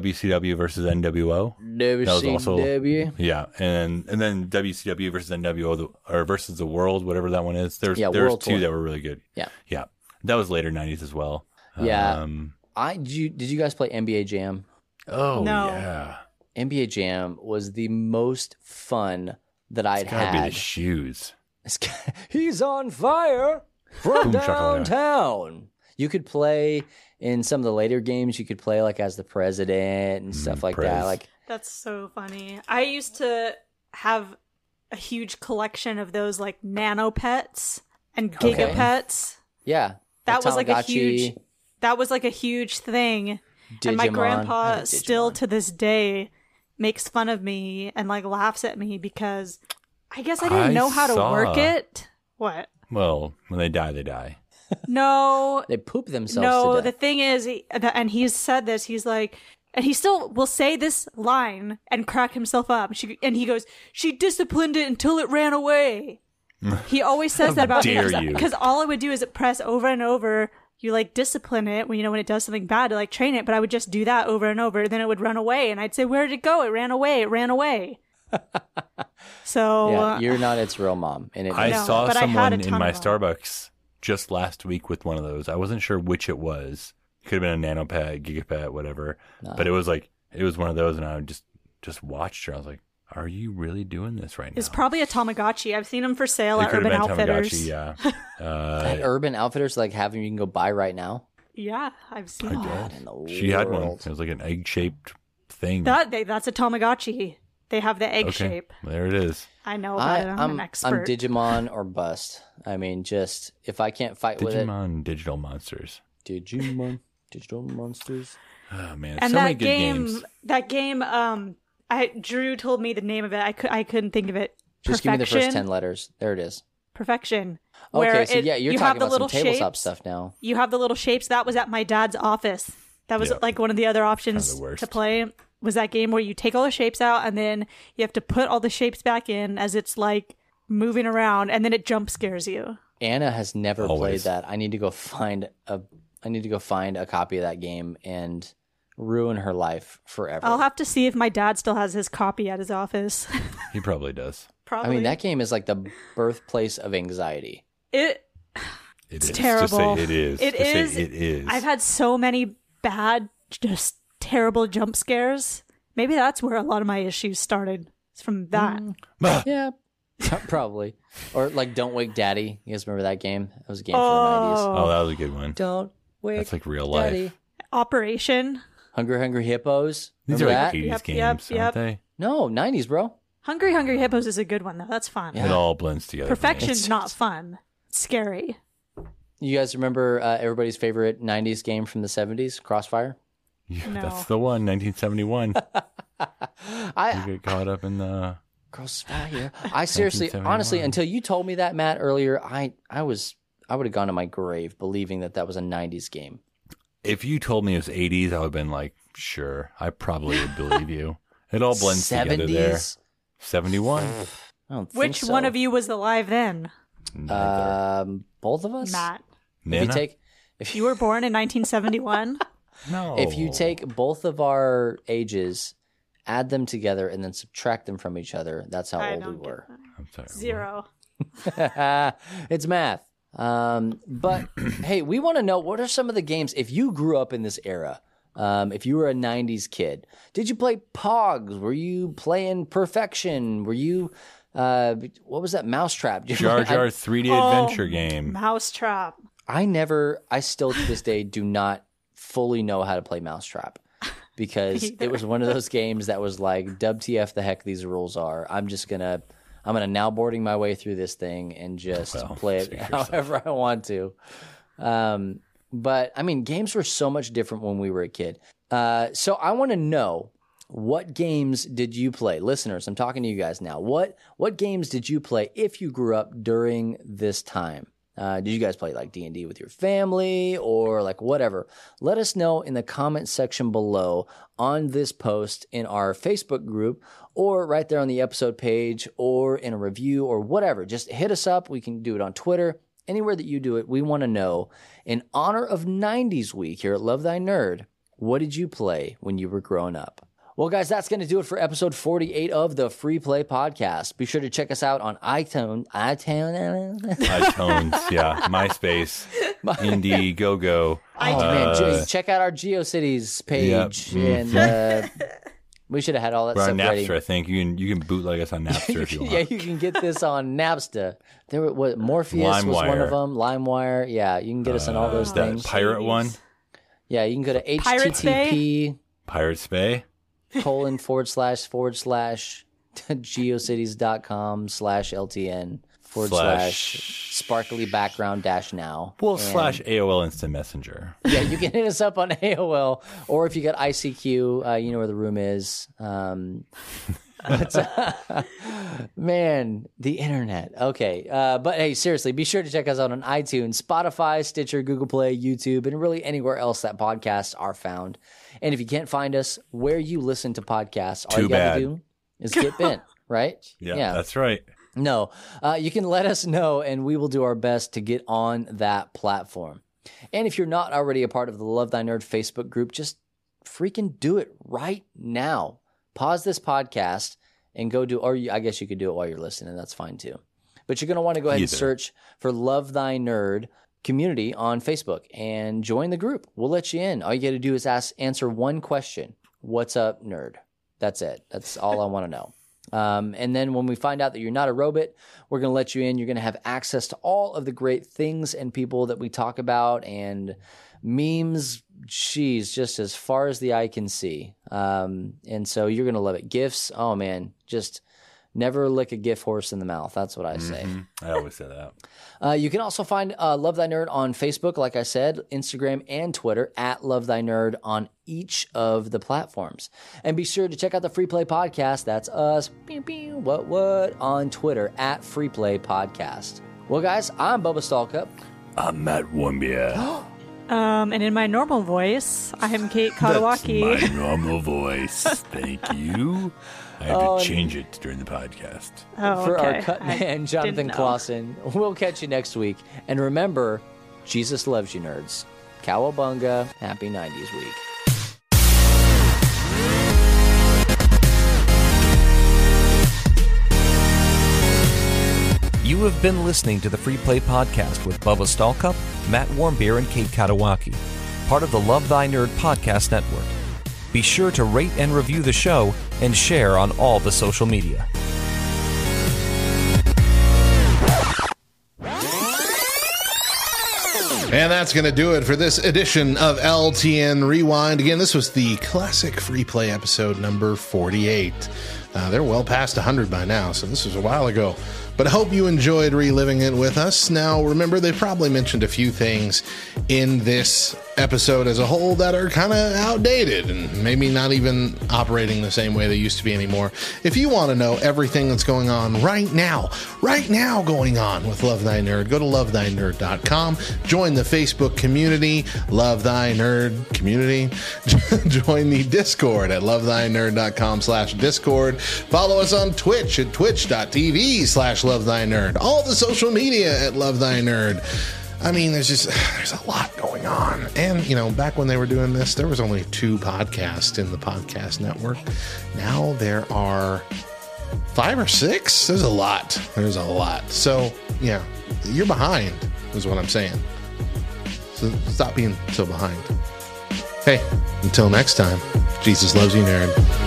WCW versus NWO. That was also
WCW.
yeah, and and then WCW versus NWO the, or versus the World, whatever that one is. There's
Yeah,
there's
World
two
Tour.
that were really good.
Yeah.
yeah, that was later '90s as well.
Yeah.
Um,
I did you, did you guys play NBA Jam?
oh
No.
yeah.
NBA Jam was the most fun that I'd
It's gotta be
had.
the shoes.
It's ca- He's on fire from
Boom shakalaka.
downtown. You could play in some of the later games. You could play like as the president and stuff
Mm,
like
prez.
that. Like
That's so funny. I used to have a huge collection of those like nano pets and
Okay.
gigapets.
yeah,
That was like a
Tamagotchi,
huge that was like a huge thing. And my
Digimon. I
grandpa
had a
still
Digimon.
to this day makes fun of me and like laughs at me because I guess I didn't
I
know how to
saw-
work it. What?
Well, when they die, they die.
No,
they poop themselves.
no
to
the
death.
thing is he- the- and he's said this he's like and he still will say this line and crack himself up she, and he goes she disciplined it until it ran away he always says that about
dare
me
you.
because all i would do is press over and over you like discipline it when you know when it does something bad to like train it but i would just do that over and over and then it would run away and i'd say where did it go it ran away it ran away so
yeah,
uh,
you're not its real mom, and it
I
No,
saw
but I had
someone
a
in
ton
my
of them.
Starbucks just last week with one of those. I wasn't sure which it was. Could have been a nanopet, gigapet, whatever. But it was like it was one of those, and I just just watched her. I was like, "Are you really doing this right now?"
it's probably a Tamagotchi. I've seen them for sale
it
at
could
Urban
have been
Outfitters.
Tamagotchi. Yeah,
That
uh,
Urban Outfitters like having you can go buy right now.
Yeah, I've seen
I
them.
guess.
in the
she had one.
world.
It was like an egg shaped thing.
That they, that's a Tamagotchi. They have the egg
Okay,
shape.
There it is.
I know about
I,
it. I'm,
I'm
an expert.
I'm Digimon or bust. I mean, just if I can't fight
Digimon digital monsters.
with it, Digimon, digital monsters.
Oh man,
and
so many
that
good
game,
games.
that game, um, I Drew told me the name of it. I could I couldn't think of it.
Just give
Perfection.
me the first ten letters. There it is.
Perfection.
Okay,
where
so
it-
yeah, you're
you have
talking
the
about
little
some tabletop
shapes.
stuff now.
You have the little shapes. That was at my dad's office. That was
Yep.
like one of the other options
the worst.
to play. Was that game where you take all the shapes out and then you have to put all the shapes back in as it's like moving around, and then it jump scares you.
Anna has never
Always.
played that. I need to go find a. I need to go find a copy of that game and ruin her life forever.
I'll have to see if my dad still has his copy at his office.
He probably does.
Probably.
I mean, that game is like the birthplace of anxiety.
it
It
It's
is.
terrible.
Just say it is.
It
Just say
is.
It is.
I've had so many bad, just terrible jump scares. Maybe that's where a lot of my issues started. It's from that.
Mm, Yeah, probably. Or like, don't wake daddy. You guys remember that game? That was a game from
Oh,
Oh, that was a good one.
the 90s. Don't wake.
That's like real life.
daddy.
Operation
Hungry Hungry Hippos.
These
Remember
are like
that?
80s
Yep,
games, aren't
yep, yep.
they?
No, 90s, bro.
Hungry Hungry Hippos is a good one though. That's fun.
Yeah.
It all blends together. for me.
Perfection's not fun. It's scary.
You guys remember uh, everybody's favorite 90s game from the 70s, Crossfire?
Yeah,
No.
That's the one, 1971. you
I
get caught up in the.
Crossfire. I seriously,
1971.
honestly, until you told me that, Matt, earlier, I I was I would have gone to my grave believing that that was a 90s game.
If you told me it was 80s, I would have been like, sure, I probably would believe you. It all blends together there. 71.
I don't think
Which
so.
one of you was alive then,
Neither.
Um, both of us.
Matt?
If you
Nana?
take if
You were born in 1971.
no.
if you take both of our ages, add them together, and then subtract them from each other, that's how
I
old we
don't get
were.
that.
I'm sorry.
Zero.
it's math. Um, but hey, we want to know what are some of the games if you grew up in this era. Um, if you were a '90s kid, did you play Pogs? Were you playing Perfection? Were you uh, what was that Mousetrap? Do you
Jar
remember-
Jar 3D adventure game.
Mousetrap.
I, I never, I still to this day do not fully know how to play Mousetrap because it was one of those games that was like WTF the heck these rules are. I'm just gonna I'm gonna now boarding my way through this thing and just
Well,
play it
speak for yourself.
however I want to. Um, but I mean, games were so much different when we were a kid. Uh, so I want to know what games did you play, listeners? I'm talking to you guys now. What what games did you play if you grew up during this time? Uh, did you guys play like D and D with your family or like whatever? Let us know in the comment section below on this post in our Facebook group or right there on the episode page or in a review or whatever. Just hit us up. We can do it on Twitter anywhere that you do it, we want to know in honor of 90s week here at Love Thy Nerd, What did you play when you were growing up? Well, guys, that's going to do it for episode 48 of the Free Play Podcast. Be sure to check us out on oh, iTunes, iTunes,
iTunes, yeah, MySpace, uh, Indie, Go Go.
Oh man, just check out our GeoCities page, and uh, we should have had all that
We're
stuff
on
ready.
Mm-hmm. Napster, I think. You can you can bootleg us on Napster if you want.
yeah, you can get this on Napster. There were what, Morpheus was one of
LimeWire. Uh,
them. LimeWire, yeah, you can get us on all those
that
things.
pirate one,
yeah, you can go to
Pirates Bay?
http
Pirates Bay.
colon forward slash forward slash geocities.com slash ltn forward slash,
Slash-
sparkly background dash now.
Well, slash AOL Instant Messenger.
yeah, you can hit us up on AOL, or if you got ICQ, uh, you know where the room is. Um, but, uh, man, the internet. Okay, uh, but hey, seriously, be sure to check us out on iTunes, Spotify, Stitcher, Google Play, YouTube, and really anywhere else that podcasts are found. And if you can't find us where you listen to podcasts, all
Too
you got
bad.
to do is get bent, right?
Yeah, that's right.
No, uh, you can let us know, and we will do our best to get on that platform. And if you're not already a part of the Love Thy Nerd Facebook group, just freaking do it right now. Pause this podcast and go do, or you, I guess you could do it while you're listening. That's fine too. But you're going to want to go ahead and
Either.
search for Love Thy Nerd community on Facebook and join the group. We'll let you in. All you got to do is ask, answer one question What's up, nerd? That's it. That's all I want to know. Um, and then when we find out that you're not a robot, we're going to let you in. You're going to have access to all of the great things and people that we talk about and memes. Geez, just as far as the eye can see. Um, and so you're going to love it. Gifts. Oh man, just never lick a gift horse in the mouth. That's what I say.
I always say that.
Uh, you can also find uh, Love Thy Nerd on Facebook, like I said, Instagram, and Twitter at Love Thy Nerd on each of the platforms. And be sure to check out the Free Play Podcast. That's us. Pew, pew, what what on Twitter at Free Play Podcast. Well, guys, I'm Bubba Stallcup.
I'm Matt Wombier.
Um, and in my normal voice, I am Kate Kadawaki.
normal voice. Thank you. I had to change it during the podcast.
Oh,
for
okay.
our cut
I
man,
didn't
Jonathan
know.
Clausen. We'll catch you next week. And remember, Jesus loves you, nerds. Cowabunga. Happy 90s week.
You have been listening to the Free Play Podcast with Bubba Stallcup, Matt Warmbier, and Kate Katawaki, part of the Love Thy Nerd Podcast Network. Be sure to rate and review the show and share on all the social media.
And that's going to do it for this edition of LTN Rewind. Again, this was the classic free play episode number 48. Uh, they're well past 100 by now, so this was a while ago. But I hope you enjoyed reliving it with us. Now, remember, they probably mentioned a few things in this episode as a whole that are kind of outdated and maybe not even operating the same way they used to be anymore. If you want to know everything that's going on right now, right now going on with Love Thy Nerd, go to lovethynerd.com, join the Facebook community, Love Thy Nerd community, join the Discord at lovethynerd.com slash Discord, follow us on Twitch at twitch.tv slash lovethynerd, all the social media at Love Thy Nerd. I mean, there's just there's a lot going on, and you know, back when they were doing this, there was only two podcasts in the podcast network. Now there are five or six. There's a lot. There's a lot. So yeah, you're behind, is what I'm saying. So stop being so behind. Hey, until next time, Jesus loves you, nerd.